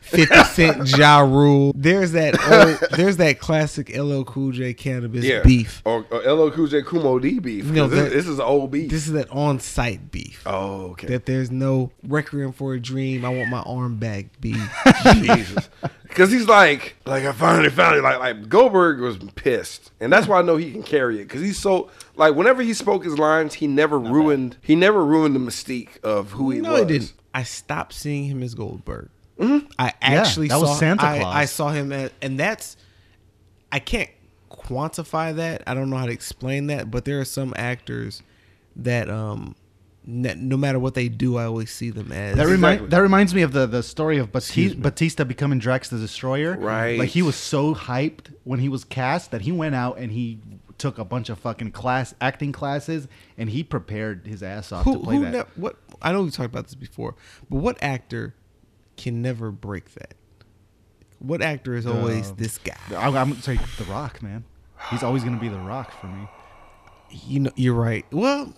S3: Fifty Cent, Ja Rule. There's that, old, there's that classic LL Cool J cannabis
S1: Yeah.
S3: beef.
S1: Or, or LL Cool J Kumo D beef. 'cause
S3: No,
S1: this,
S3: that-
S1: this is an old beef.
S3: This is that on-site beef.
S1: oh, okay.
S3: That there's no requiem for a dream. I want my arm back. Beef.
S1: Jesus. Because he's like, like I finally found it. Like, like Goldberg was pissed, and that's why I know he can carry it. Because he's so like, whenever he spoke his lines, he never ruined. He never ruined the mystique of who he
S3: no,
S1: was. Mm-hmm.
S3: it didn't. I stopped seeing him as Goldberg. I actually
S2: that
S3: saw
S2: was Santa
S3: I,
S2: Claus.
S3: I saw him as, and that's I can't quantify that. I don't know how to explain that, but there are some actors that um n- no matter what they do, I always see them as
S2: That,
S1: Exactly.
S2: remind, that reminds me of the, the story of Batista, Batista becoming Drax the Destroyer.
S1: Right.
S2: Like, he was so hyped when he was cast that he went out and he took a bunch of fucking class acting classes and he prepared his ass off to
S3: who
S2: play
S3: who
S2: that.
S3: ne- what I know we talked about this before, but what actor can never break that? What actor is always
S2: Um,
S3: this guy?
S2: I, I'm going to say The Rock, man. He's always going to be The Rock for me.
S3: You know, you're right. Well,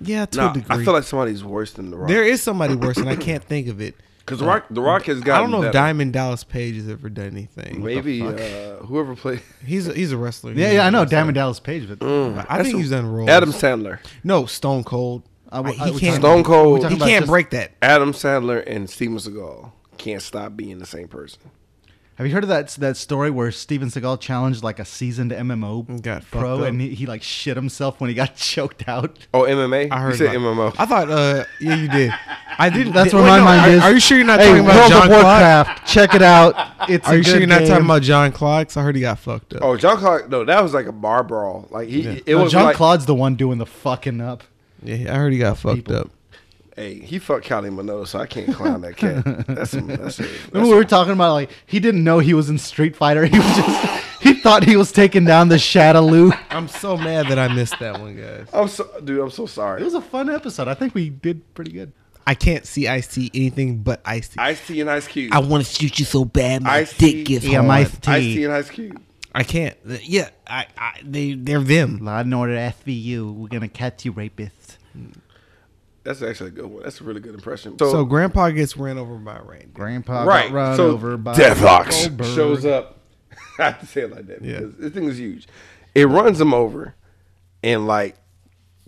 S3: yeah, to
S1: Nah,
S3: a degree.
S1: I feel like somebody's worse than the Rock.
S3: There is somebody worse, and I can't think of it.
S1: Because the Rock, the Rock has got.
S3: I don't know if Diamond Dallas Page has ever done anything.
S1: Maybe uh, whoever played.
S3: he's a, he's a wrestler.
S2: Yeah, yeah, I know. Diamond Dallas Page, but
S3: I think he's done roles.
S1: Adam Sandler,
S3: no, Stone Cold.
S2: I w-
S3: he
S2: I was
S3: can't.
S1: Stone Cold.
S2: talking
S3: He
S2: about
S3: can't
S2: just-
S3: break that.
S1: Adam Sandler, and Steven Seagal can't stop being the same person.
S2: Have you heard of that that story where Steven Seagal challenged like a seasoned MMO
S3: And got fucked
S2: pro
S3: up.
S2: and he, he like shit himself when he got choked out?
S1: Oh, MMA.
S3: I heard
S1: you said
S3: about-
S1: MMO.
S3: I thought, uh, yeah, you did. I didn't.
S2: That's
S3: did-
S2: where
S3: wait,
S2: my
S3: no,
S2: mind
S3: are,
S2: is.
S3: Are you sure you're not
S2: Hey,
S3: talking about
S2: World
S3: John
S2: of
S3: Clark?
S2: Warcraft? Check it out. It's
S3: Are
S2: a
S3: you sure
S2: good
S3: you're not
S2: game.
S3: talking about John Clark? 'Cause I heard he got fucked up.
S1: oh, John Clark. No, that was like a bar brawl. Like he, it
S2: No,
S1: was
S2: John
S1: like,
S2: Claude's the one doing the fucking up.
S3: Yeah, I heard he got fucked
S2: people.
S3: up.
S1: Hey, he fucked Kylie Minogue, so I can't clown that cat. That's some, that's, a,
S2: Remember we were talking about like he didn't know he was in Street Fighter. He was just he thought he was taking down the Shadaloo.
S3: I'm so mad that I missed that one, guys.
S1: I'm so, dude. I'm so
S2: It
S1: sorry.
S2: was a fun episode. I think we did pretty good.
S3: I can't see Ice T anything but Ice T.
S1: Ice T and Ice Cube.
S6: I want to shoot you so bad, my
S1: Ice tea.
S6: dick gets
S2: Yeah,
S6: hard.
S2: my
S1: Ice T
S2: tea.
S1: and Ice Cube.
S3: I can't. Yeah, I, I they they're them.
S2: Law and Order SVU. We're gonna catch you, rapist.
S1: That's actually a good one. That's a really good impression. So,
S3: So Grandpa gets ran over by rain.
S2: Grandpa
S1: right,
S2: got run
S1: so
S2: over by
S1: Deathlocks shows up. I have to say it like that
S3: Yeah.
S1: because this thing is huge. It runs him over, and like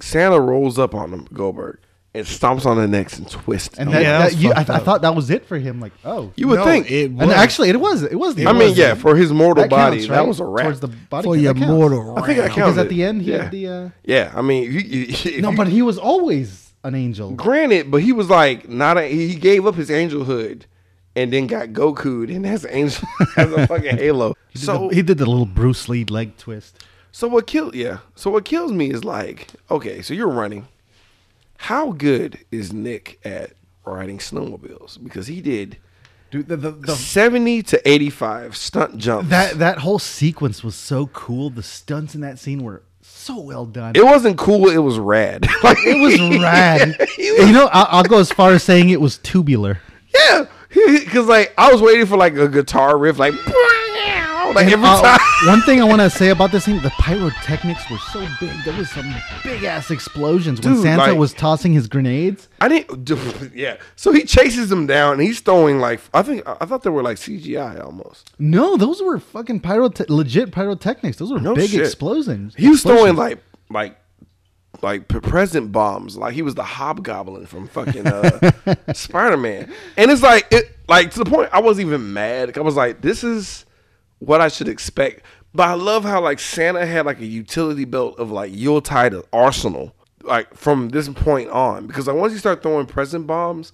S1: Santa rolls up on him, Goldberg, and stomps on the necks and twists.
S2: And
S1: him.
S2: that,
S3: Yeah, that
S2: that-
S3: was
S2: you, I,
S3: fucked
S2: I
S3: up.
S2: thought that was it for him. Like, oh,
S1: you would
S3: No,
S1: think.
S3: it
S2: and
S3: was.
S2: actually, it was. It was. The
S1: I mean, yeah, for his mortal
S2: That
S1: body,
S2: counts,
S1: that
S2: right?
S1: was a wrap.
S2: Towards the body
S3: for
S2: count,
S3: your
S2: that counts.
S3: mortal.
S1: I think I
S3: round.
S1: counted.
S2: Because at the end, he
S1: yeah.
S2: had the. Uh,
S1: yeah, I mean, you, you, if
S2: no,
S1: you-
S2: but he was always an angel.
S1: Granted, but he was like not a he gave up his angelhood and then got Goku'd and has angel has a fucking halo. So
S2: he did the little Bruce Lee leg twist.
S1: so what killed yeah. So what kills me is like, okay, so you're running. How good is Nick at riding snowmobiles? Because he did
S2: Dude, the, the, the
S1: seventy to eighty five stunt jumps.
S2: that that whole sequence was so cool. The stunts in that scene were so well done.
S1: it wasn't cool, it was rad. like
S2: It was rad. you know, I, I'll go as far as saying it was tubular.
S1: yeah. Cause like I was waiting for like a guitar riff, like, like
S2: And,
S1: every
S2: uh,
S1: time
S2: one thing I want to say about this scene: the pyrotechnics were so big. There was some big ass explosions when
S1: Dude,
S2: Santa
S1: like-
S2: was tossing his grenades.
S1: I didn't. Yeah. So he chases them down, and he's throwing like I think I thought they were like CGI almost.
S2: No, those were fucking pyrote- legit pyrotechnics. Those were
S1: No
S2: big
S1: shit.
S2: explosions.
S1: He was throwing like like like p- present bombs. Like he was the hobgoblin from fucking uh, Spider Man. And it's like it like to the point I wasn't even mad. I was like, this is what I should expect. But I love how like Santa had like a utility belt of like Yuletide arsenal like from this point on because like once you start throwing present bombs.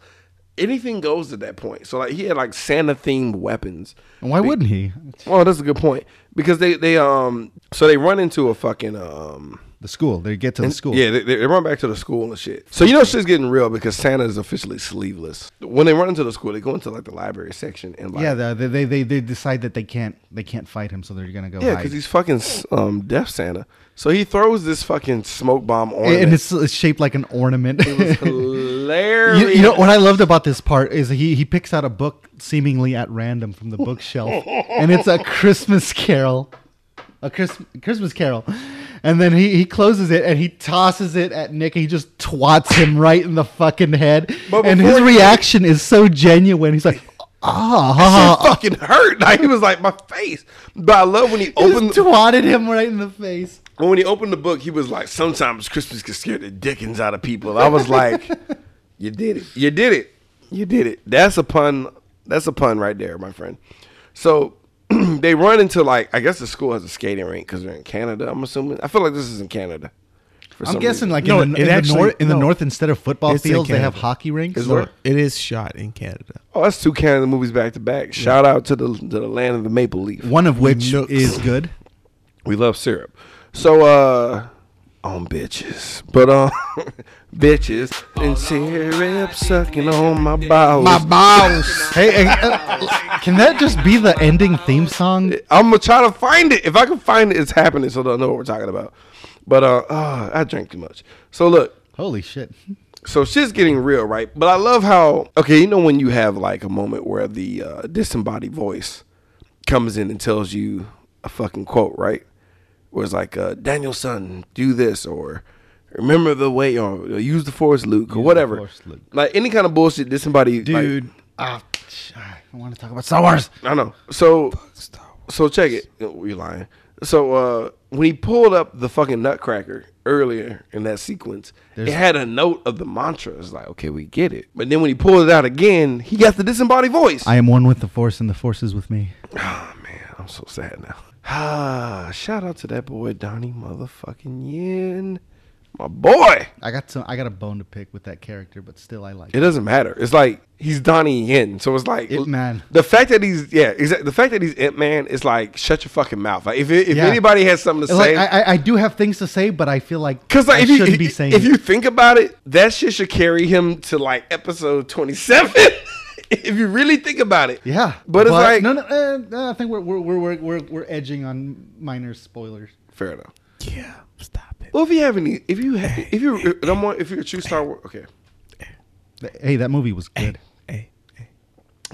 S1: Anything goes at that point. So like he had like Santa themed weapons.
S2: And why wouldn't he?
S1: Well, that's a good point because they they um so they run into a fucking um
S2: the school. They get to the school.
S1: Yeah, they, they run back to the school and shit. So you know shit's getting real because Santa is officially sleeveless. When they run into the school, they go into like the library section and like
S2: yeah. They, they they they decide that they can't they can't fight him, so they're gonna go.
S1: yeah,
S2: hide.
S1: because he's fucking um, deaf Santa. So he throws this fucking smoke bomb on
S2: and it's, it's shaped like an ornament.
S1: it was hilarious.
S2: You, you know what I loved about this part is he he picks out a book seemingly at random from the bookshelf, and it's a Christmas Carol, a Chris, Christmas Carol, and then he he closes it and he tosses it at Nick and he just twats him right in the fucking head,
S1: But
S2: and his
S1: before he-
S2: reaction is so genuine. He's like, ah,
S1: That
S2: ha, ha,
S1: shit fucking hurt. Like he was like my face. But I love when he
S2: He just
S1: opened
S2: twatted him right in the face.
S1: when he opened the book. He was like, sometimes Christmas can scare the dickens out of people. I was like, you did it. You did it. You did it. That's a pun. That's a pun right there, my friend. So they run into like I guess the school has a skating rink because they're in Canada. I'm assuming. I feel like this is in Canada. for
S2: I'm
S1: some
S2: guessing
S1: reason.
S2: like
S3: No,
S2: in, the,
S3: it
S2: in,
S3: actually-
S2: the north, in the
S3: no.
S2: north instead of football
S3: It's in
S2: fields they have
S3: Canada.
S2: hockey rinks.
S1: Is
S2: or-
S1: where-
S3: It is shot in Canada.
S1: oh, that's two Canada movies back to back. Shout out to the to the land of the maple leaf.
S2: one of which
S3: Nooks.
S2: is good.
S1: We love syrup. So uh on bitches. But um bitches and syrup sucking on my bowels.
S2: boss. hey, hey, uh, can that just be the ending theme song?
S1: I'm gonna try to find it. If I can find it, it's happening so they'll know what we're talking about. But uh, uh I drank too much. So look,
S2: Holy shit!
S1: so shit's getting real, right? But I love how okay, you know when you have like a moment where the uh, disembodied voice comes in and tells you a fucking quote, right? Where it's like, uh, "Daniel, son, do this," or "Remember the way," or "Use the force, Luke," or whatever.
S2: force, Luke.
S1: Like any kind of bullshit disembodied, like-
S2: ah, sh- I want to talk about Star Wars.
S1: I know. So, so check it. Oh, You're lying. So uh, when he pulled up the fucking Nutcracker earlier in that sequence, it had a note of the mantra. It's like, okay, we get it. But then when he pulled it out again, he got the disembodied voice.
S2: I am one with the Force, and the Force is with me.
S1: oh man, I'm so sad now. Ah, shout out to that boy Donnie motherfucking Yin, my boy.
S2: I got some. I got a bone to pick with that character, but still, I like.
S1: It
S2: It.
S1: doesn't matter. It's like he's Donnie Yen, so it's like
S2: Ip Man.
S1: The fact that he's yeah, exactly. The fact that he's Ip Man is like shut your fucking mouth. Like if it, if
S2: Yeah.
S1: anybody has something to
S2: Like,
S1: say,
S2: I, I- I do have things to say, but I feel like
S1: because like
S2: I
S1: if you
S2: shouldn't
S1: if,
S2: be saying.
S1: if
S2: it.
S1: you think about it, that shit should carry him to like episode twenty seven. if you really think about it,
S2: yeah,
S1: But, it's like
S2: no, no. Uh, no, I think we're we're, we're we're we're we're edging on minor spoilers.
S1: fair enough.
S3: Yeah, stop it.
S1: Well, if you have any, if you have, if you if, I'm on- if you're a true Star Wars, okay.
S2: Th- Hey, that movie was good.
S3: Hey, hey.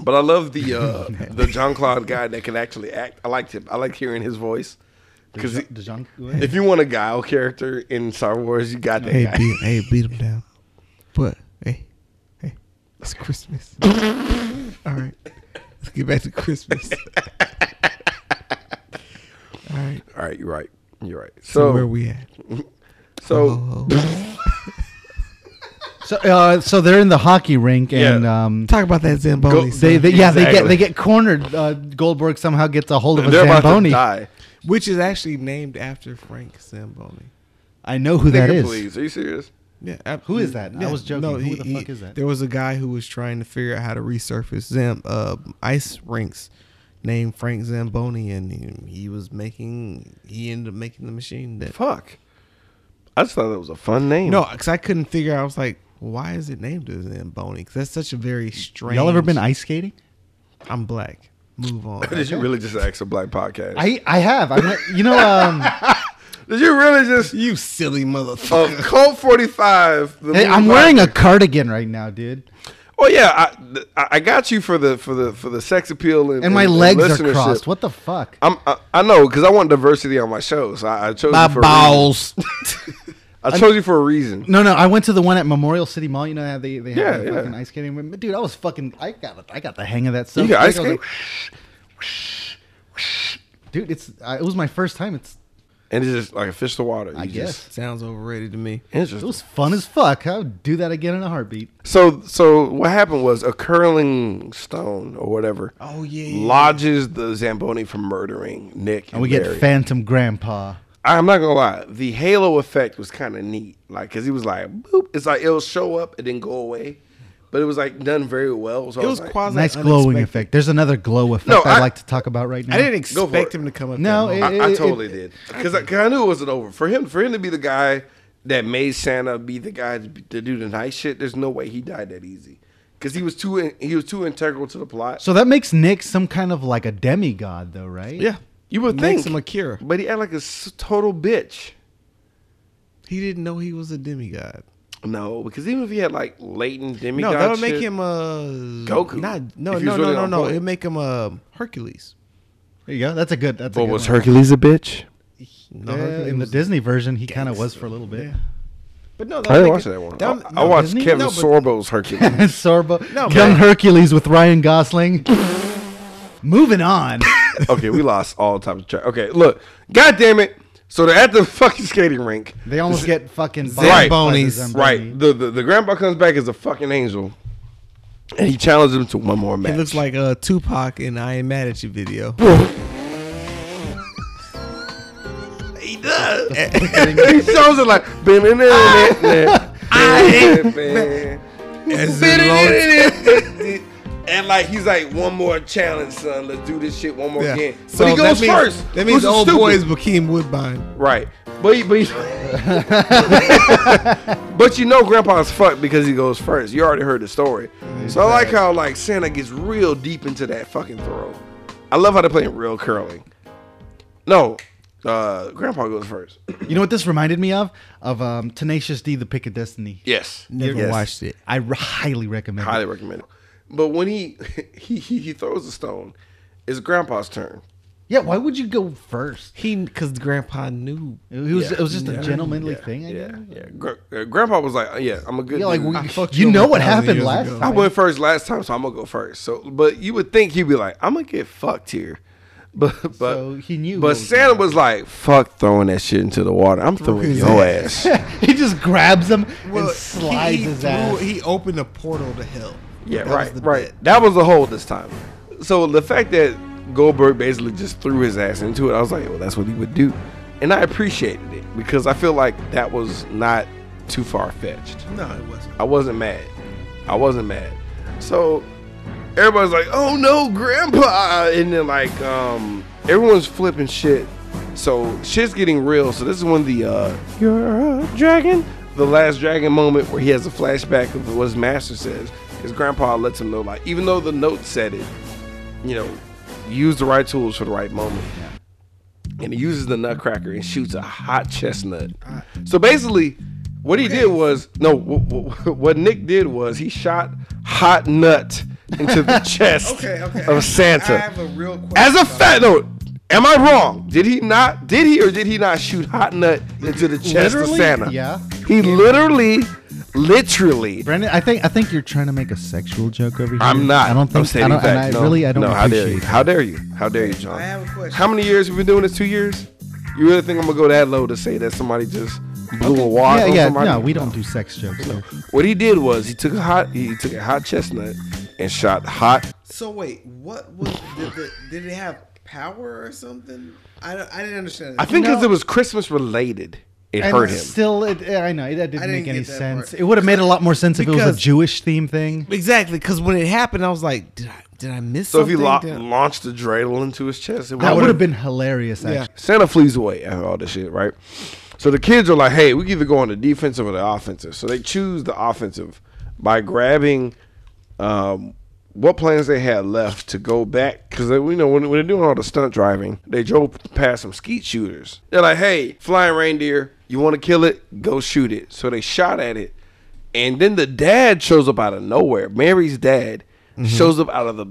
S1: But I love the uh the John Claude guy that can actually act. I liked him. I liked hearing his voice because.
S2: Dej- Dejan-
S1: If you want a guile character in Star Wars, you got that
S3: Hey,
S1: guy.
S3: beat, hey, beat him down. But hey, hey, it's Christmas. All right, let's get back to Christmas. All right,
S1: All right, you're right. You're right.
S3: so, where
S1: So,
S3: we at?
S1: so
S3: Oh,
S2: So, uh, so they're in the hockey rink, and
S1: Yeah.
S2: um,
S3: talk about that Zamboni.
S1: Go-
S2: They,
S3: son.
S2: they yeah, they get
S1: Exactly.
S2: they get cornered. Uh, Goldberg somehow gets a hold of a
S1: they're about to
S2: Oh, Zamboni.
S1: die.
S3: which is actually named after Frank Zamboni.
S2: I know who that
S1: Nigga,
S2: is.
S1: please. Are you serious?
S3: Yeah, ab-
S2: Who is that? I was joking. Who
S3: he-
S2: the
S3: he-
S2: fuck is that?
S3: There was a guy who was trying to figure out how to resurface Zam uh, ice rinks named Frank Zamboni, and he, he was making. He ended up making the machine that
S1: Fuck. I just thought that was a fun name.
S3: No, because I couldn't figure. out. I was like, why is it named as Zamboni? Because that's such a very strange.
S2: Y'all ever been ice skating?
S3: I'm black. Move on.
S1: Did you really just ask a black podcast?
S2: I I have. I'm like- you know, um,
S1: Did you really just
S3: you silly
S1: uh,
S3: motherfucker.
S1: Colt Forty Five?
S2: hey, I'm wearing a cardigan right now, dude,
S1: Oh yeah, I, th- I I got you for the for the for the sex appeal and,
S2: and my
S1: and- and
S2: legs are
S1: listenership.
S2: crossed. What the fuck?
S1: I'm, I, I know because I want diversity on my show, so I, I chose you for a reason. I chose you for a reason.
S2: No, no. I went to the one at Memorial City Mall. You know how they they
S1: Yeah,
S2: have the
S1: yeah.
S2: fucking ice skating room. Dude, I was fucking. I got I got the hang of that stuff.
S1: You can ice
S2: I
S1: skate,
S2: was like, dude. It's I, it was my first time. It's
S1: and it's just like a fish to water.
S2: I
S1: You
S2: guess
S1: just-
S3: Sounds overrated to me.
S1: it's
S2: it
S1: just
S2: was fun as fuck. I would do that again in a heartbeat.
S1: So so what happened was a curling stone or whatever.
S3: Oh, yeah, yeah, yeah.
S1: Lodges the Zamboni from murdering Nick.
S2: And we get
S1: Larry.
S2: Phantom Grandpa.
S1: I'm not gonna lie, the halo effect was kind of neat. Like, cause he was like, boop. It's like it'll show up and then go away. but it was like done very well. So
S3: It
S1: I
S3: was
S1: like,
S3: quasi
S2: nice glowing
S3: unexpected.
S2: effect. There's another glow effect
S1: No,
S2: I'd
S1: I-
S2: like to talk about right now.
S3: I didn't
S1: Go for
S3: expect
S1: it.
S3: him to come up.
S2: No,
S3: that
S2: it-
S3: long.
S1: I, I totally did because I, 'cause I knew it wasn't over for him. For him to be the guy that made Santa be the guy to, be- to do the nice shit, there's no way he died that easy because he was too in, he was too integral to the plot.
S2: So that makes Nick some kind of like a demigod, though, right?
S3: yeah,
S1: you would
S3: Makes
S1: think
S3: him a Kira.
S1: but he acted like a s- total bitch.
S3: he didn't know he was a demigod.
S1: No, because even if he had like latent
S3: No,
S1: demigod,
S3: that would make
S1: shit-
S3: him uh,
S1: Goku,
S3: Not no
S1: if he
S3: no
S1: was
S3: no
S1: really
S3: no
S1: on
S3: no.
S1: point.
S3: It'd make him uh, Hercules.
S2: There you go. That's a good. That's a
S1: But
S2: good
S1: was
S2: one.
S1: Hercules a bitch?
S3: No,
S2: Yeah,
S3: Hercules
S2: in the
S3: was-
S2: Disney version, he kind of was for a little bit.
S3: Yeah. But no,
S1: I didn't
S3: would
S1: watch
S3: make it-
S1: that one.
S3: that would-
S1: I, I
S3: no,
S1: watched
S3: Disney-
S1: Kevin
S3: no, but-
S1: Sorbo's Hercules.
S2: Sorbo,
S3: No,
S2: young
S3: but-
S2: Hercules with Ryan Gosling. Moving on.
S1: okay, we lost all types of track. Okay, look, god damn it. So they're at the fucking skating rink.
S2: They almost get fucking
S1: Right.
S2: boned
S3: Zamboni's.
S2: by the
S1: Right. The, the the grandpa comes back as a fucking angel, and he challenges him to one more match.
S3: It looks like uh, Tupac in "I Ain't Mad at You" video. he does.
S1: he shows it like. And like he's like one more challenge, son. Let's do this shit one more
S3: Yeah.
S1: game. So but he goes
S3: that means,
S1: first.
S3: That means
S1: which
S3: the
S1: is
S3: old
S1: stupid.
S3: boy is Bakeem Woodbine.
S1: Right. But he, but, he, but you know grandpa's fucked because he goes first. You already heard the story. So I like how like Santa gets real deep into that fucking throw. I love how they're playing real curling. No, uh grandpa goes first.
S2: You know what this reminded me of? Of um, Tenacious D, The Pick of Destiny.
S1: Yes.
S3: Never
S2: Yes.
S3: watched it.
S2: I r- highly recommend
S1: Highly
S2: it.
S1: recommend it. But when he he he, he throws a stone, it's grandpa's turn.
S2: Yeah, why would you go first?
S3: He because Grandpa knew.
S2: It was,
S1: Yeah.
S2: it was just a gentlemanly
S1: Yeah,
S2: thing. I
S1: yeah,
S2: guess.
S1: yeah. Gr- uh, Grandpa was like, "Yeah, I'm a good."
S2: Yeah, like
S1: dude.
S2: we,
S3: I fucked
S2: you
S3: you
S2: know
S3: over
S2: what
S3: 1,000
S2: happened
S3: years
S2: last
S3: ago.
S1: I
S2: time.
S1: went first last time, so I'm gonna go first. So, but you would think he'd be like, "I'm gonna get fucked here," but but
S2: So he knew what
S1: But
S2: was
S1: Santa
S2: gonna
S1: was like, "Fuck throwing that shit into the water. I'm throwing
S3: his
S1: your ass."
S2: he just grabs him
S3: Well,
S2: and slides
S3: he,
S2: his
S3: threw-
S2: ass.
S3: He opened a portal to hell.
S1: yeah,
S3: That was
S1: right,
S3: the
S1: right.
S3: bit.
S1: That was the hole this time. So the fact that Goldberg basically just threw his ass into it, I was like, "Well, that's what he would do," and I appreciated it because I feel like that was not too far fetched.
S3: No, it wasn't.
S1: I wasn't mad. I wasn't mad. So everybody's like, "Oh no, Grandpa!" And then like, um, everyone's flipping shit. So shit's getting real. So this is when the uh, you're a dragon, the last dragon moment where he has a flashback of what his master says. His grandpa lets him know, like, even though the note said it, you know, use the right tools for the right moment. And he uses the nutcracker and shoots a hot chestnut. So basically, what he did was no. W- w- what Nick did was he shot hot nut into the chest of Santa.
S3: real question.
S1: As a fact, no. Am I wrong? Did he not? Did he or did he not shoot hot nut into the chest
S2: Literally?
S1: of Santa?
S2: Yeah.
S1: He literally, literally.
S2: Brandon, I think I think you're trying to make a sexual joke over here.
S1: I'm not.
S2: I don't think.
S1: I'm stating
S2: I don't,
S1: facts.
S2: And I
S1: no,
S2: really I don't
S1: no, how dare you?
S2: appreciate.
S1: How dare you? How dare you, John?
S3: I have a question.
S1: How many years have we been doing this? Two years? You really think I'm gonna go that low to say that somebody just blew a wad
S2: Yeah,
S1: on
S2: yeah.
S1: somebody?
S2: No, we don't do sex jokes. here.
S1: What he did was he took a hot he took a hot chestnut and shot hot.
S3: So wait, what was did, the, did it have power or something? I don't, I didn't understand.
S1: I think because
S2: No.
S1: it was Christmas related, it
S2: And
S1: hurt him.
S2: Still, it, I know that didn't,
S3: didn't
S2: make any
S3: get that
S2: sense.
S3: part.
S2: It would have made a lot more sense if it was
S3: Because-
S2: a Jewish theme thing.
S3: exactly because when it happened, I was like, did I did I miss
S1: so if he
S3: something?
S1: lo-
S3: Did I-
S1: launched the dreidel into his chest, it
S2: That
S1: would've-
S2: would have been hilarious. Actually,
S1: Santa flees away after all this shit, right? So the kids are like, hey, we either go on the defensive or the offensive. So they choose the offensive by grabbing um, what plans they had left to go back. Because, you know, when, when they're doing all the stunt driving, they drove past some skeet shooters. They're like, hey, flying reindeer, you want to kill it? Go shoot it. So they shot at it. And then the dad shows up out of nowhere. Mary's dad shows up out of the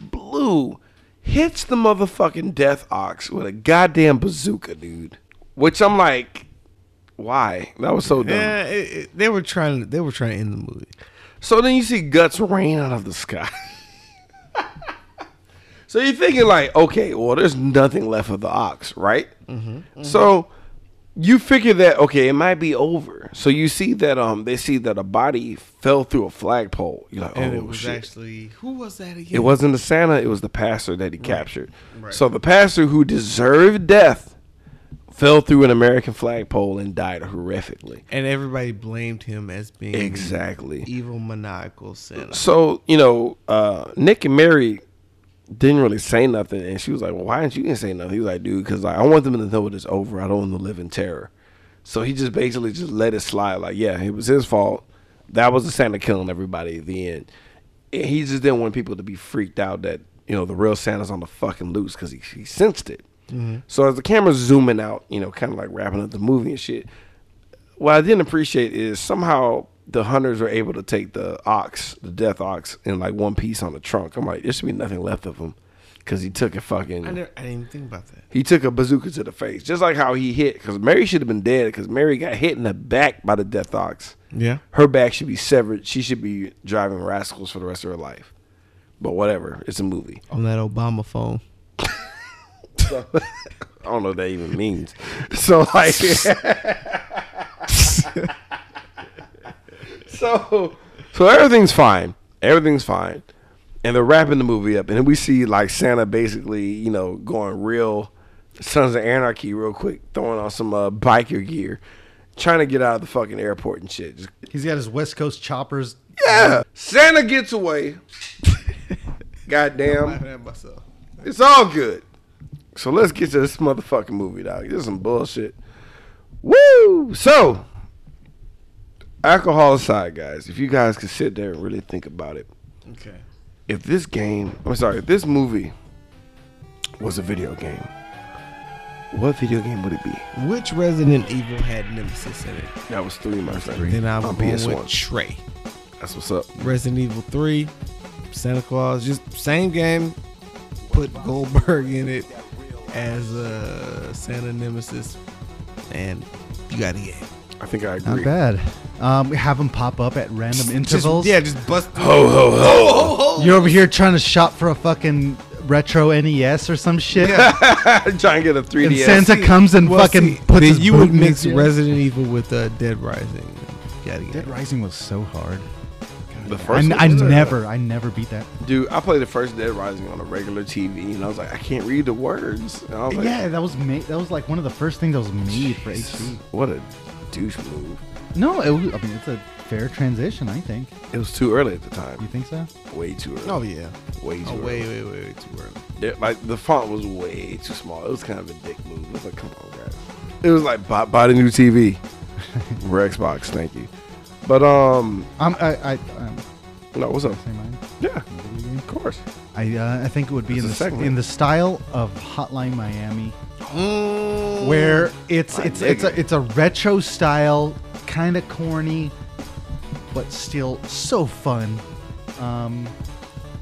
S1: blue, hits the motherfucking death ox with a goddamn bazooka, dude. Which I'm like, why? That was so dumb.
S3: Yeah, it, it, they were trying. to- They were trying to end the movie.
S1: So then you see guts rain out of the sky. so you're thinking like, okay, well, there's nothing left of the ox, right?
S3: Mm-hmm,
S1: So you figure that okay, it might be over. So you see that um, they see that a body fell through a flagpole. You're like,
S3: And
S1: oh
S3: it was
S1: shit.
S3: actually who was that again?
S1: It wasn't the Santa, it was the pastor that he captured. So the pastor who deserved death fell through an American flagpole and died horrifically.
S3: and everybody blamed him as being
S1: Exactly.
S3: evil maniacal sin.
S1: So you know, uh, Nick and Mary didn't really say nothing, and she was like, "Well, why didn't you didn't say nothing?" He was like, "Dude, because I want them to know it is over. I don't want them to live in terror." So he just basically just let it slide. Like, yeah, it was his fault. That was the Santa killing everybody at the end. And he just didn't want people to be freaked out that you know the real Santa's on the fucking loose because he, he sensed it. So as the camera's zooming out, you know, kind of like wrapping up the movie and shit, what I didn't appreciate is somehow the hunters are able to take the ox, the death ox, in like one piece on the trunk. I'm like, there should be nothing left of him because he took a fucking.
S3: I, never, I didn't even think about that.
S1: He took a bazooka to the face, just like how he hit. Because Mary should have been dead. Because Mary got hit in the back by the death ox.
S3: Yeah.
S1: her back should be severed. She should be driving rascals for the rest of her life. But whatever, it's a movie.
S3: On that Obama phone.
S1: I don't know what that even means. So like, so so everything's fine. Everything's fine, and they're wrapping the movie up, and then we see like Santa basically, you know, going real Sons of Anarchy real quick, throwing on some uh, biker gear, trying to get out of the fucking airport and shit. Just
S2: He's got his West Coast choppers.
S1: yeah, Santa gets away. Goddamn.
S3: myself.
S1: It's all good. So let's get to this motherfucking movie, dog. This is some bullshit. Woo! So, alcohol aside, guys, if you guys could sit there and really think about it,
S3: Okay.
S1: if this game, I'm sorry, if this movie was a video game, what video game would it be?
S3: Which Resident Evil had Nemesis in it?
S1: That was three, my friend.
S3: Then I'm
S1: on
S3: going with
S1: PS1.
S3: Trey.
S1: That's what's up.
S3: Resident Evil 3, Santa Claus, just same game. Put Goldberg in it as uh, Santa Nemesis, and you got a game.
S1: I think I agree.
S2: Not bad. Um, we have them pop up at random intervals.
S3: Just, yeah, just bust.
S1: Ho, ho, ho.
S2: You're over here trying to shop for a fucking retro NES or some shit.
S1: Trying to get a
S2: And
S1: 3DS.
S2: Santa comes and
S3: Well,
S2: fucking
S3: see,
S2: puts
S3: then
S2: his
S3: you
S2: boot
S3: would
S2: in
S3: mix
S2: his-
S3: Resident Evil with uh, Dead Rising. You got a game.
S2: Dead Rising was so hard.
S1: the
S2: I,
S1: first one
S2: I
S1: was a-
S2: never, I never beat that.
S1: Dude, I played the first Dead Rising on a regular TV, and I was like, I can't read the words. And I was like,
S2: Yeah, that was made. That was like one of the first things that was made for HD.
S1: What a douche move.
S2: No, it, was- I mean it's a fair transition. I think.
S1: It was too early at the
S2: You
S1: time.
S2: think so?
S1: Way too early.
S3: Oh yeah.
S1: way too
S3: Oh
S1: early.
S3: wait, wait, wait, wait, too early.
S1: They're- like the font was way too small. It was kind of a dick move. It was like, come on, guys. It was like buy, buy the new TV. We're Xbox, thank you. But um,
S2: Um, I, I, um,
S1: no, what's up?
S2: say mine.
S1: Yeah, of course.
S2: I, uh, I think it would be
S1: It's
S2: in
S1: a
S2: the s-
S1: segment.
S2: in the style of Hotline Miami, where it's
S1: I
S2: it's
S1: dig
S2: it's a,
S1: it.
S2: it's a retro style, kind of corny, but still so fun. Um,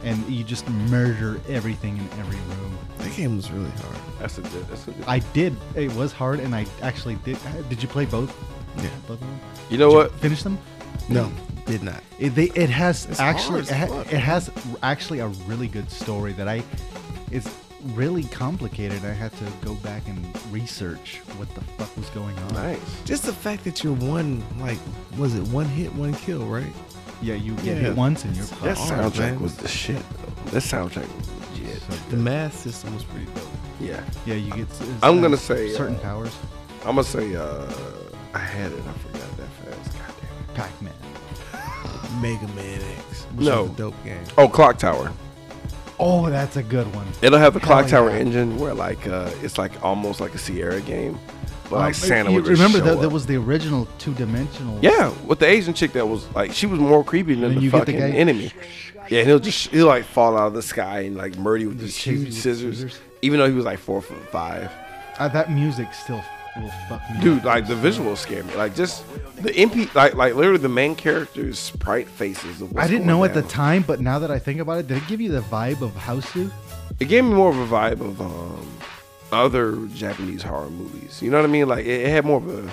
S2: and you just murder everything in every room.
S3: That game was really hard.
S1: That's a good. That's a good.
S2: I did. It was hard, and I actually did. Did you play both?
S3: Yeah.
S2: Both of them?
S1: you know what?
S2: Finish them?
S3: No, did not.
S2: It, they, it has
S3: It's
S2: actually
S3: hard as
S2: it, ha-
S3: fuck,
S2: it has actually a really good story that I is really complicated. I had to go back and research what the fuck was going on.
S1: Nice.
S3: Just the fact that you're one, like, was it one hit, one kill, right?
S2: Yeah, you get
S3: Yeah.
S2: hit once and you're fucked.
S1: That
S3: hard,
S1: soundtrack
S3: man.
S1: was the shit. Though. That soundtrack was legit.
S3: The math system was pretty dope.
S1: Yeah.
S2: yeah, you get. s-
S1: I'm
S2: uh,
S1: gonna say,
S2: certain
S1: uh,
S2: powers.
S1: I'm gonna say uh, I had it. I forgot that fast. God damn it.
S2: Pac-Man.
S3: Mega Man X. Which
S1: No.
S3: was a dope game.
S1: Oh, Clock Tower.
S2: Oh, that's a good one.
S1: It'll have the
S2: Hell
S1: Clock Tower
S2: yeah.
S1: engine where like uh, it's like almost like a Sierra game, but like
S2: Um,
S1: uh, Santa
S2: you
S1: would just
S2: remember
S1: show
S2: that, that
S1: up.
S2: was the original two-dimensional.
S1: yeah with the Asian chick that was like she was more creepy than
S2: And
S1: the
S2: you get the
S1: fucking
S2: guy-
S1: enemy. Yeah, and he'll just he'll like fall out of the sky and like murder you with these
S2: shoot you
S1: huge
S2: with
S1: scissors,
S2: scissors.
S1: even though he was like four foot five.
S2: Uh, that music still will fuck me.
S1: Dude,
S2: up.
S1: like the visuals scare me. Like just the MP, like like literally the main character's sprite faces. Of what's
S2: I didn't
S1: going
S2: know at the
S1: down.
S2: time, but now that I think about it, did it give you the vibe of Houseu?
S1: it gave me more of a vibe of um, other Japanese horror movies. You know what I mean? Like it, it had more of a,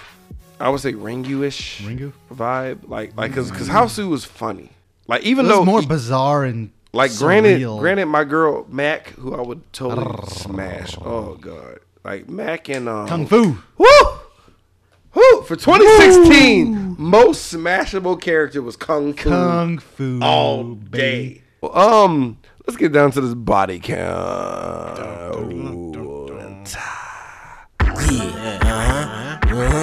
S1: I would say Ringu-ish
S2: Ringu? Mm.
S1: vibe. Like like because because Houseu was funny. Like even
S2: It
S1: though
S2: was more
S1: he-
S2: bizarre and
S1: like granted
S2: surreal.
S1: granted my girl Mac who I would totally smash. Oh god, like Mac and um,
S2: kung fu.
S1: Woo! Woo! For 2016, most smashable character was Kung Fu
S2: Kung fu
S1: all day.
S2: baby.
S1: Um, let's get down to this body count.
S4: Yeah.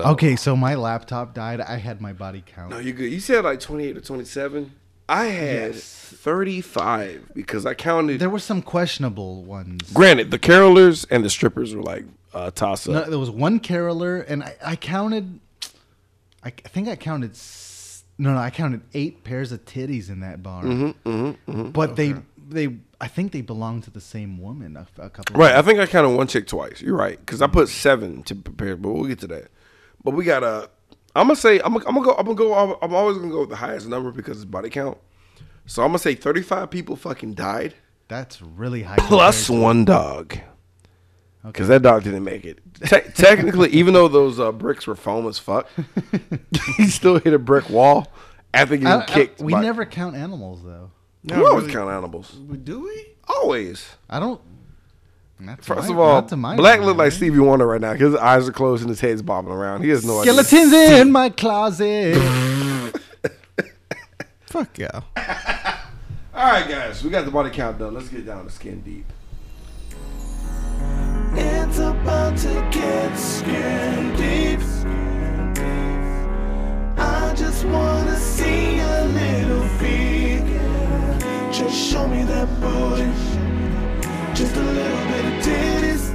S2: Okay, so my laptop died. I had my body count.
S1: No, you're good. You said like 28 or 27. I had 35 because I counted.
S2: There were some questionable ones.
S1: Granted, the carolers and the strippers were like uh, toss up.
S2: No, there was one caroler, and I, I counted. I, c- I think I counted. s- No, no, I counted eight pairs of titties in that bar.
S1: Mm-hmm,
S2: But they, they, I think they belonged to the same woman. A, a couple. of
S1: Right. I think I counted one chick twice. You're right. Because I put seven to prepare, but we'll get to that. But we got to. I'm gonna say I'm gonna, I'm gonna go I'm gonna go I'm always gonna go with the highest number because it's body count. So I'm gonna say 35 people fucking died
S2: That's really high.
S1: plus
S2: compared
S1: one dog. Because that dog didn't make it. Te- technically, even though those uh, bricks were foam as fuck, he still hit a brick wall after getting
S2: to- I- I-
S1: kicked.
S2: we
S1: by-
S2: never count animals though.
S1: We
S3: No,
S1: always
S3: really.
S1: count animals.
S3: Do we?
S1: Always.
S2: I don't. not to
S1: First
S2: my-
S1: of all,
S2: not to my eh?
S1: Black
S2: knowledge.
S1: look like Stevie Wonder right now. His eyes are closed and his head's bobbing around. He has no idea.
S2: skeletons in my closet.
S3: Fuck yeah.
S1: All right, guys, we got the body count done. Let's get down to skin deep.
S4: It's about to get skin deep. I just wanna see a little figure. Just show me that booty. Just a little bit of titties.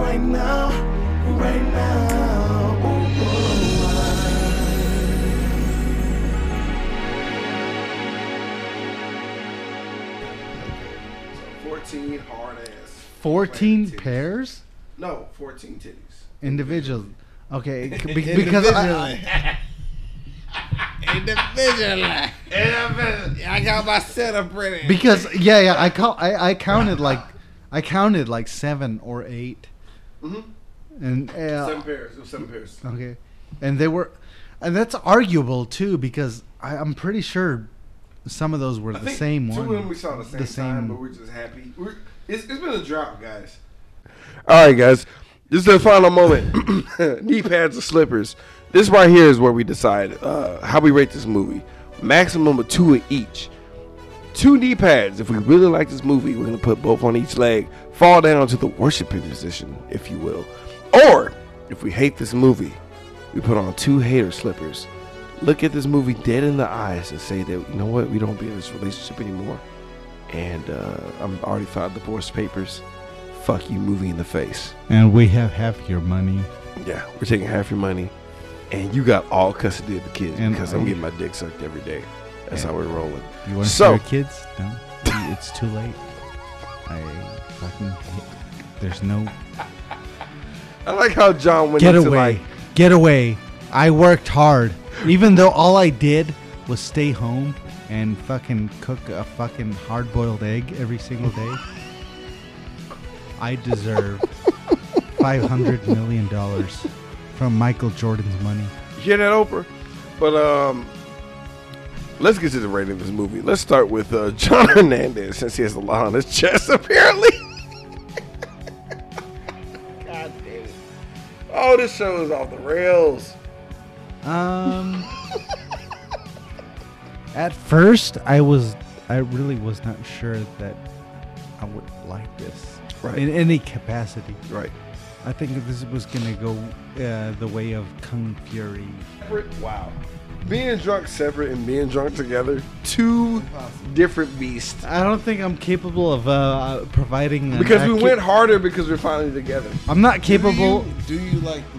S4: Right now, right now. Ooh,
S1: Fourteen hard ass.
S2: Fourteen
S1: Titties.
S2: pairs
S1: No, fourteen titties.
S2: individual. Okay, c- be- because I,
S3: I got my setup ready.
S2: because yeah yeah I call I, I counted like I counted like seven or 8 and
S1: Mm-hmm. Seven
S2: uh,
S1: pairs. It was seven pairs.
S2: okay, and they were, and that's arguable too because I, I'm pretty sure some of those were the same
S1: two
S2: one.
S1: of them we saw the same, time, but we're just happy. We're, it's, it's been a drop, guys. All right, guys. This is the final moment. Knee pads or slippers. This right here is where we decide uh, how we rate this movie. Maximum of two of each. Two knee pads. If we really like this movie, we're gonna put both on each leg. Fall down to the worshiping position, if you will. Or if we hate this movie, we put on two hater slippers. Look at this movie dead in the eyes and say that you know what, we don't be in this relationship anymore. And uh, I'm already filed divorce papers. Fuck you, movie in the face.
S2: and we have half your money.
S1: Yeah, we're taking half your money, and you got all custody of the kids
S2: And-
S1: because I'm getting my dick sucked every day. That's how we're rolling.
S2: You
S1: wanna So- see our
S2: kids? No, it's too late. I fucking. There's no
S1: I like how John went
S2: Get
S1: into
S2: away.
S1: like
S2: Get away. I worked hard. Even though all I did was stay home and fucking cook a fucking hard boiled egg every single day, I deserve $500 million from Michael Jordan's money.
S1: hear that Oprah. But um, let's get to the rating of this movie. Let's start with uh, John Hernandez since he has a lot on his chest apparently. God damn it! Oh, this show is off the rails.
S2: Um. At first, I was, I really was not sure that I would like this
S1: Right.
S2: in any capacity.
S1: Right.
S2: I think this was gonna go uh, the way of Kung Fury.
S1: separate. Wow. Being drunk separate and being drunk together, two different beasts.
S2: I don't think I'm capable of uh, providing. an
S1: Because we
S2: accu-
S1: went harder because we're finally together.
S2: I'm not capable.
S3: Do you, do you like the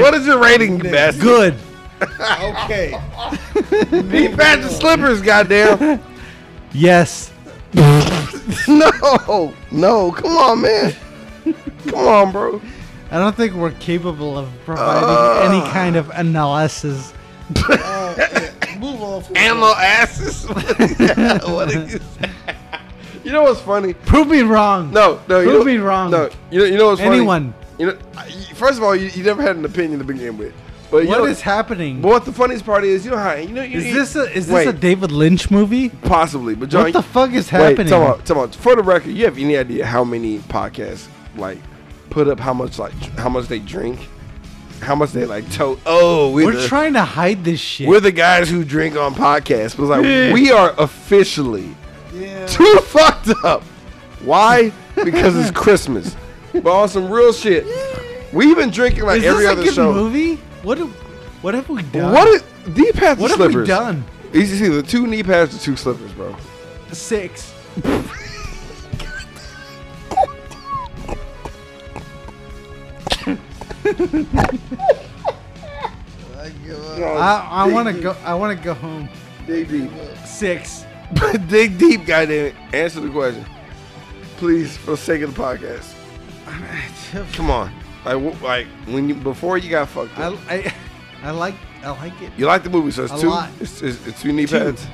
S1: what is your rating, best?
S2: Good.
S3: Okay.
S1: He patched the slippers, goddamn.
S2: Yes.
S1: no, no, come on, man. Come on, bro.
S2: I don't think we're capable of providing
S1: Uh.
S2: any kind of analysis.
S3: Move on. For
S1: Ammo asses. what did you say? You know what's funny?
S2: Prove me wrong.
S1: No, no. You
S2: Prove
S1: know,
S2: me wrong.
S1: No, you know, you know what's funny?
S2: Anyone.
S1: You know, I- first of all, you, you never had an opinion to begin with. But you
S2: What
S1: know,
S2: is happening?
S1: But what the funniest part is, you know how you know you,
S2: Is
S1: you-
S2: this a, is this a
S1: wait,
S2: David Lynch movie?
S1: possibly? But John,
S2: what the fuck is
S1: wait,
S2: happening?
S1: Tell me, tell me. For the record, you have any idea how many podcasts like put up how much like dr- how much they drink, how much they like tote? Oh, we're,
S2: we're
S1: the,
S2: trying to hide this shit.
S1: We're the guys who drink on podcasts, but it's like
S2: Yeah.
S1: we are officially too fucked up. Why? Because it's Christmas. But on some real shit, We've been drinking like
S3: Is
S1: every
S3: this a
S1: other
S3: good
S1: show.
S3: movie? What do, what have we done?
S1: What is knee pads?
S3: What
S1: or
S3: have we
S1: slippers?
S3: done?
S1: Easy see the two knee pads, the two slippers, bro.
S3: six?
S1: Oh,
S3: I, I want to go. I want to go home.
S1: Dig deep.
S3: Six.
S1: Dig deep, goddamn it. Answer the question, please, for the sake of the podcast. Come on, like, wh- like when you before you got fucked
S3: I,
S1: up.
S3: I, I like. I like it.
S1: you like the movie, so it's
S3: A
S1: two.
S3: lot.
S1: It's, it's, it's two knee
S3: Two.
S1: pads.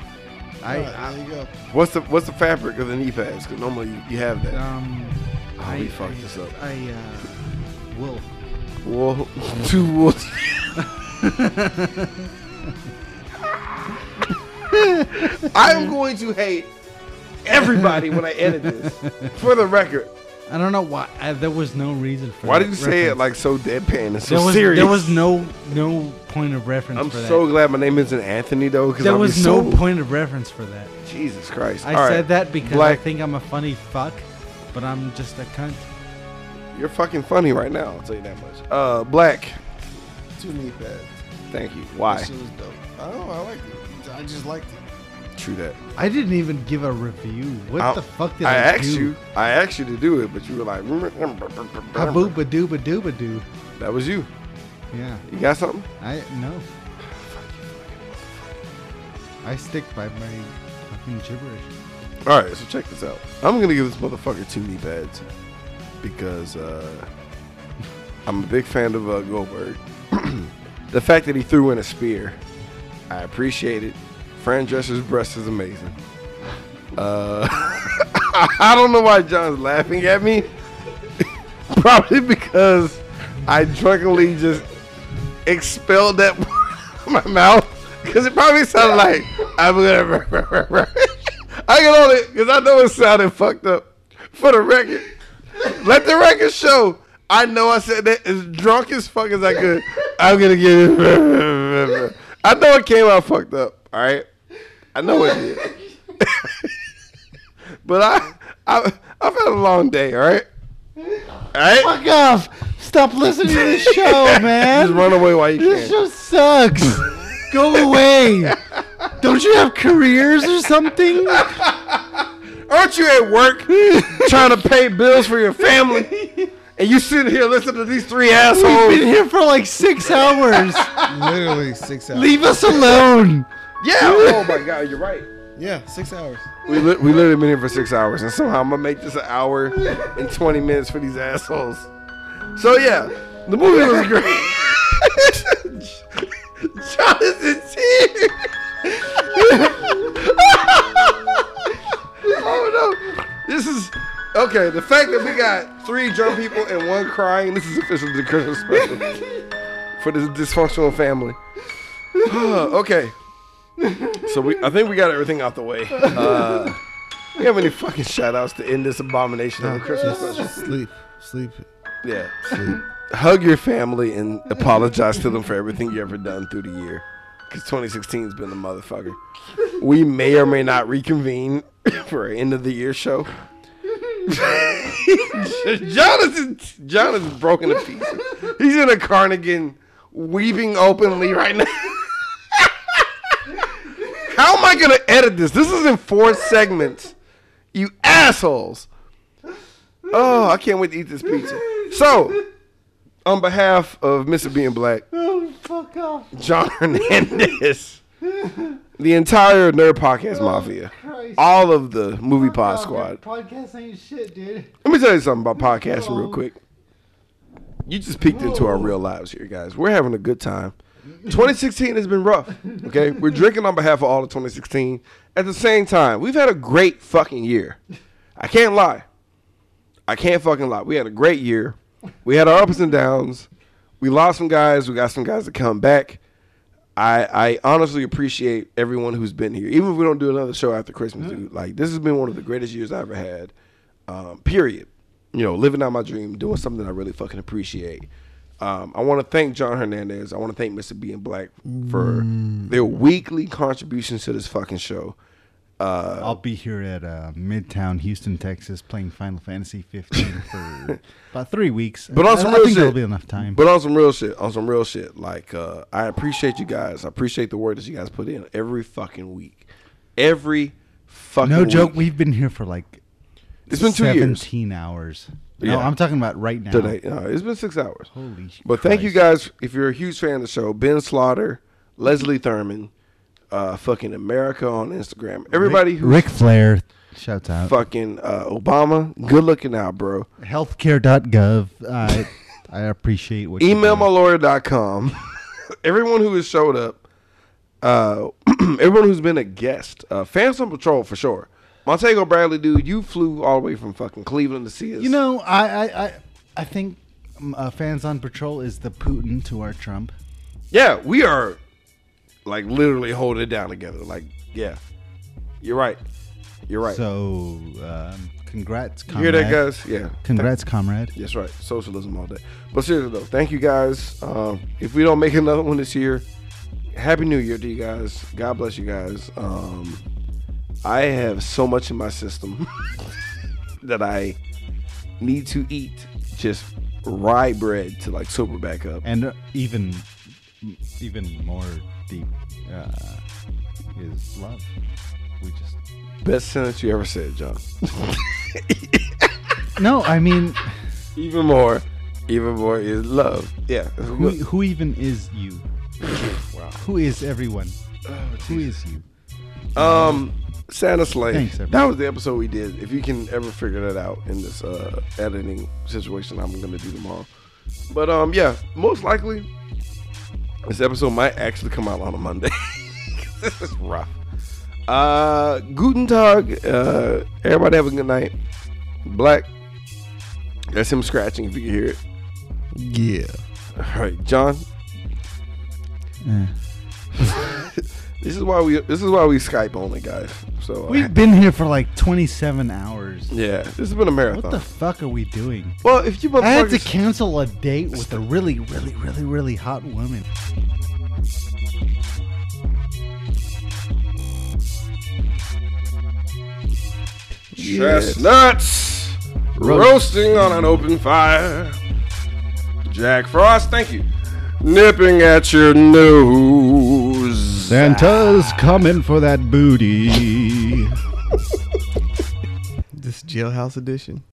S2: I,
S3: there you go.
S1: What's the what's the fabric of the knee pads? Because normally you, you have that.
S3: Um,
S1: oh, we fucked this up.
S3: I uh, will.
S1: Wool, two wolves. I'm going to hate everybody when I edit this. For the record,
S2: I don't know why. I, there was no reason for.
S1: why
S2: that
S1: did you say it
S2: reference.
S1: like so deadpan and so
S2: There was
S1: serious?
S2: there was no no point of reference.
S1: I'm
S2: for
S1: so
S2: That.
S1: glad my name isn't Anthony though, because
S2: There was no
S1: so,
S2: point of reference for that.
S1: Jesus Christ!
S2: I
S1: All right.
S2: said that because
S1: Black,
S2: I think I'm a funny fuck, but I'm just a cunt.
S1: you're fucking funny right now. I'll tell you that much. Uh, Black,
S7: Two knee pads.
S1: thank you. Why?
S7: That shit was dope. I don't know. I liked it. I just liked it.
S1: True that.
S2: I didn't even give a review. What
S1: I-
S2: the fuck did I,
S1: I asked
S2: do?
S1: you. I asked you to do it, but you were like,
S2: Habooba dooba dooba doo.
S1: that was you.
S2: Yeah,
S1: You got something?
S2: I no. I stick by my fucking gibberish.
S1: All right, so check this out. I'm gonna give this motherfucker two knee pads because uh, I'm a big fan of uh, Goldberg. the fact that he threw in a spear, I appreciate it. Fran Dresser's breast is amazing. Uh, I don't know why John's laughing at me. Probably because I drunkenly just expelled that from my mouth because it probably sounded like I'm gonna. I get on it because I know it sounded fucked up. For the record, let the record show. I know I said that as drunk as fuck as I could. I'm gonna get it. I know it came out fucked up. All right, I know it did. but I, I, I've had a long day. All right, all right.
S2: Fuck off! Stop listening to this show, man.
S1: Just run away while you can.
S2: This show sucks. Go away. Don't you have careers or something?
S1: Aren't you at work trying to pay bills for your family? And you sitting here listening to these three
S2: We've been
S1: assholes.
S2: here for like six hours.
S7: Literally six hours.
S2: Leave us alone.
S1: Yeah. Oh my God, you're right.
S7: Yeah, six hours.
S1: We, li- we literally been here for six hours, and somehow I'm gonna make this an hour and 20 minutes for these assholes. So yeah, the movie was great. John is in tears. oh no, this is okay. The fact that we got three drunk people and one crying, this is official to the Christmas special for this dysfunctional family. okay. So we, I think we got everything out the way. Uh, we have any fucking shout outs to end this abomination of a Christmas special?
S7: Sleep. Sleep.
S1: Yeah. Hug your family and apologize to them for everything you ever done through the year. Because 2016 has been a motherfucker. We may or may not reconvene for an end of the year show. Jonathan, John is broken to pieces. He's in a carnigan, weeping openly right now. How am I gonna edit this? This is in four segments. You assholes. Oh, I can't wait to eat this pizza. So, on behalf of Mr. Being Black,
S2: Oh,
S1: John Hernandez, the entire Nerd Podcast Mafia, all of the Movie Pod Squad.
S2: Podcast ain't shit, dude.
S1: Let me tell you something about podcasting real quick. You just peeked into our real lives here, guys. We're having a good time. 2016 has been rough, okay? We're drinking on behalf of all of 2016. At the same time, we've had a great fucking year. I can't lie. I can't fucking lie. We had a great year. We had our ups and downs. We lost some guys. We got some guys to come back. I, I honestly appreciate everyone who's been here. Even if we don't do another show after Christmas, dude, like this has been one of the greatest years I've ever had. Um, period. You know, living out my dream, doing something I really fucking appreciate. Um, I want to thank John Hernandez. I want Mm. to thank Mr. B and Black for their weekly contributions to this fucking show.
S2: I'll be here at uh, Midtown Houston, Texas, playing Final Fantasy 15 for about three weeks.
S1: But on
S2: I-
S1: some
S2: I,
S1: real
S2: think
S1: shit,
S2: that'll be enough time.
S1: But on some real shit, on some real shit, like uh, I appreciate you guys. I appreciate the work that you guys put in every fucking week, every fucking.
S2: no joke,
S1: week.
S2: we've been here for like
S1: It's been two years
S2: 17 hours. No,
S1: Yeah.
S2: I'm talking about right now.
S1: today. No, it's been six hours.
S2: Holy
S1: But thank you
S2: Christ.
S1: guys. If you're a huge fan of the show, Ben Slaughter, Leslie Thurman, uh, fucking America on Instagram, everybody who
S2: Ric Flair, shouts out.
S1: fucking uh, Obama, good looking out, bro.
S2: Healthcare.gov. I, I appreciate what
S1: email
S2: you
S1: my lawyer.com everyone who has showed up uh everyone who's been a guest uh fans on patrol for sure montego bradley dude you flew all the way from fucking cleveland to see us
S2: You know, I I I, I think um, uh, fans on patrol is the Putin to our Trump.
S1: yeah we are like literally holding it down together like yeah you're right you're right
S2: So, um, congrats,
S1: you
S2: comrade.
S1: hear that guys yeah
S2: Congrats, comrade.
S1: That's right. Socialism all day. But seriously though, thank you guys. Um, if we don't make another one this year, Happy New Year to you guys. God bless you guys. Um, I have so much in my system that I need to eat just rye bread to like sober back up.
S2: And uh, even even more deep uh, is love. We just
S1: Best sentence you ever said, John.
S2: no. I mean,
S1: even more, even more is love. Yeah.
S2: who who even is you?
S1: Wow.
S2: Who is everyone?
S1: Oh,
S2: who is you?
S1: Um, Santa Slay.
S2: Thanks,
S1: that
S2: everybody.
S1: was the episode we did. If you can ever figure that out in this uh, editing situation, I'm gonna do tomorrow. But um, yeah, most likely this episode might actually come out on a Monday. this is rough. Uh, Guten Tag. Uh, everybody have a good night. Black. That's him scratching. If you can hear it.
S3: Yeah.
S1: All right, John.
S2: Eh.
S1: This is why we. This is why we Skype only, guys. So uh,
S2: We've been here for like 27 hours.
S1: yeah, this has been a marathon.
S2: What the fuck are we doing?
S1: Well, if you
S2: I had to
S1: motherfuckers,
S2: cancel a date with a really, really, really, really hot woman.
S1: chestnuts roasting on an open fire. Jack Frost, thank you. Nipping at your nose.
S2: Santa's coming for that booty.
S3: This jailhouse edition.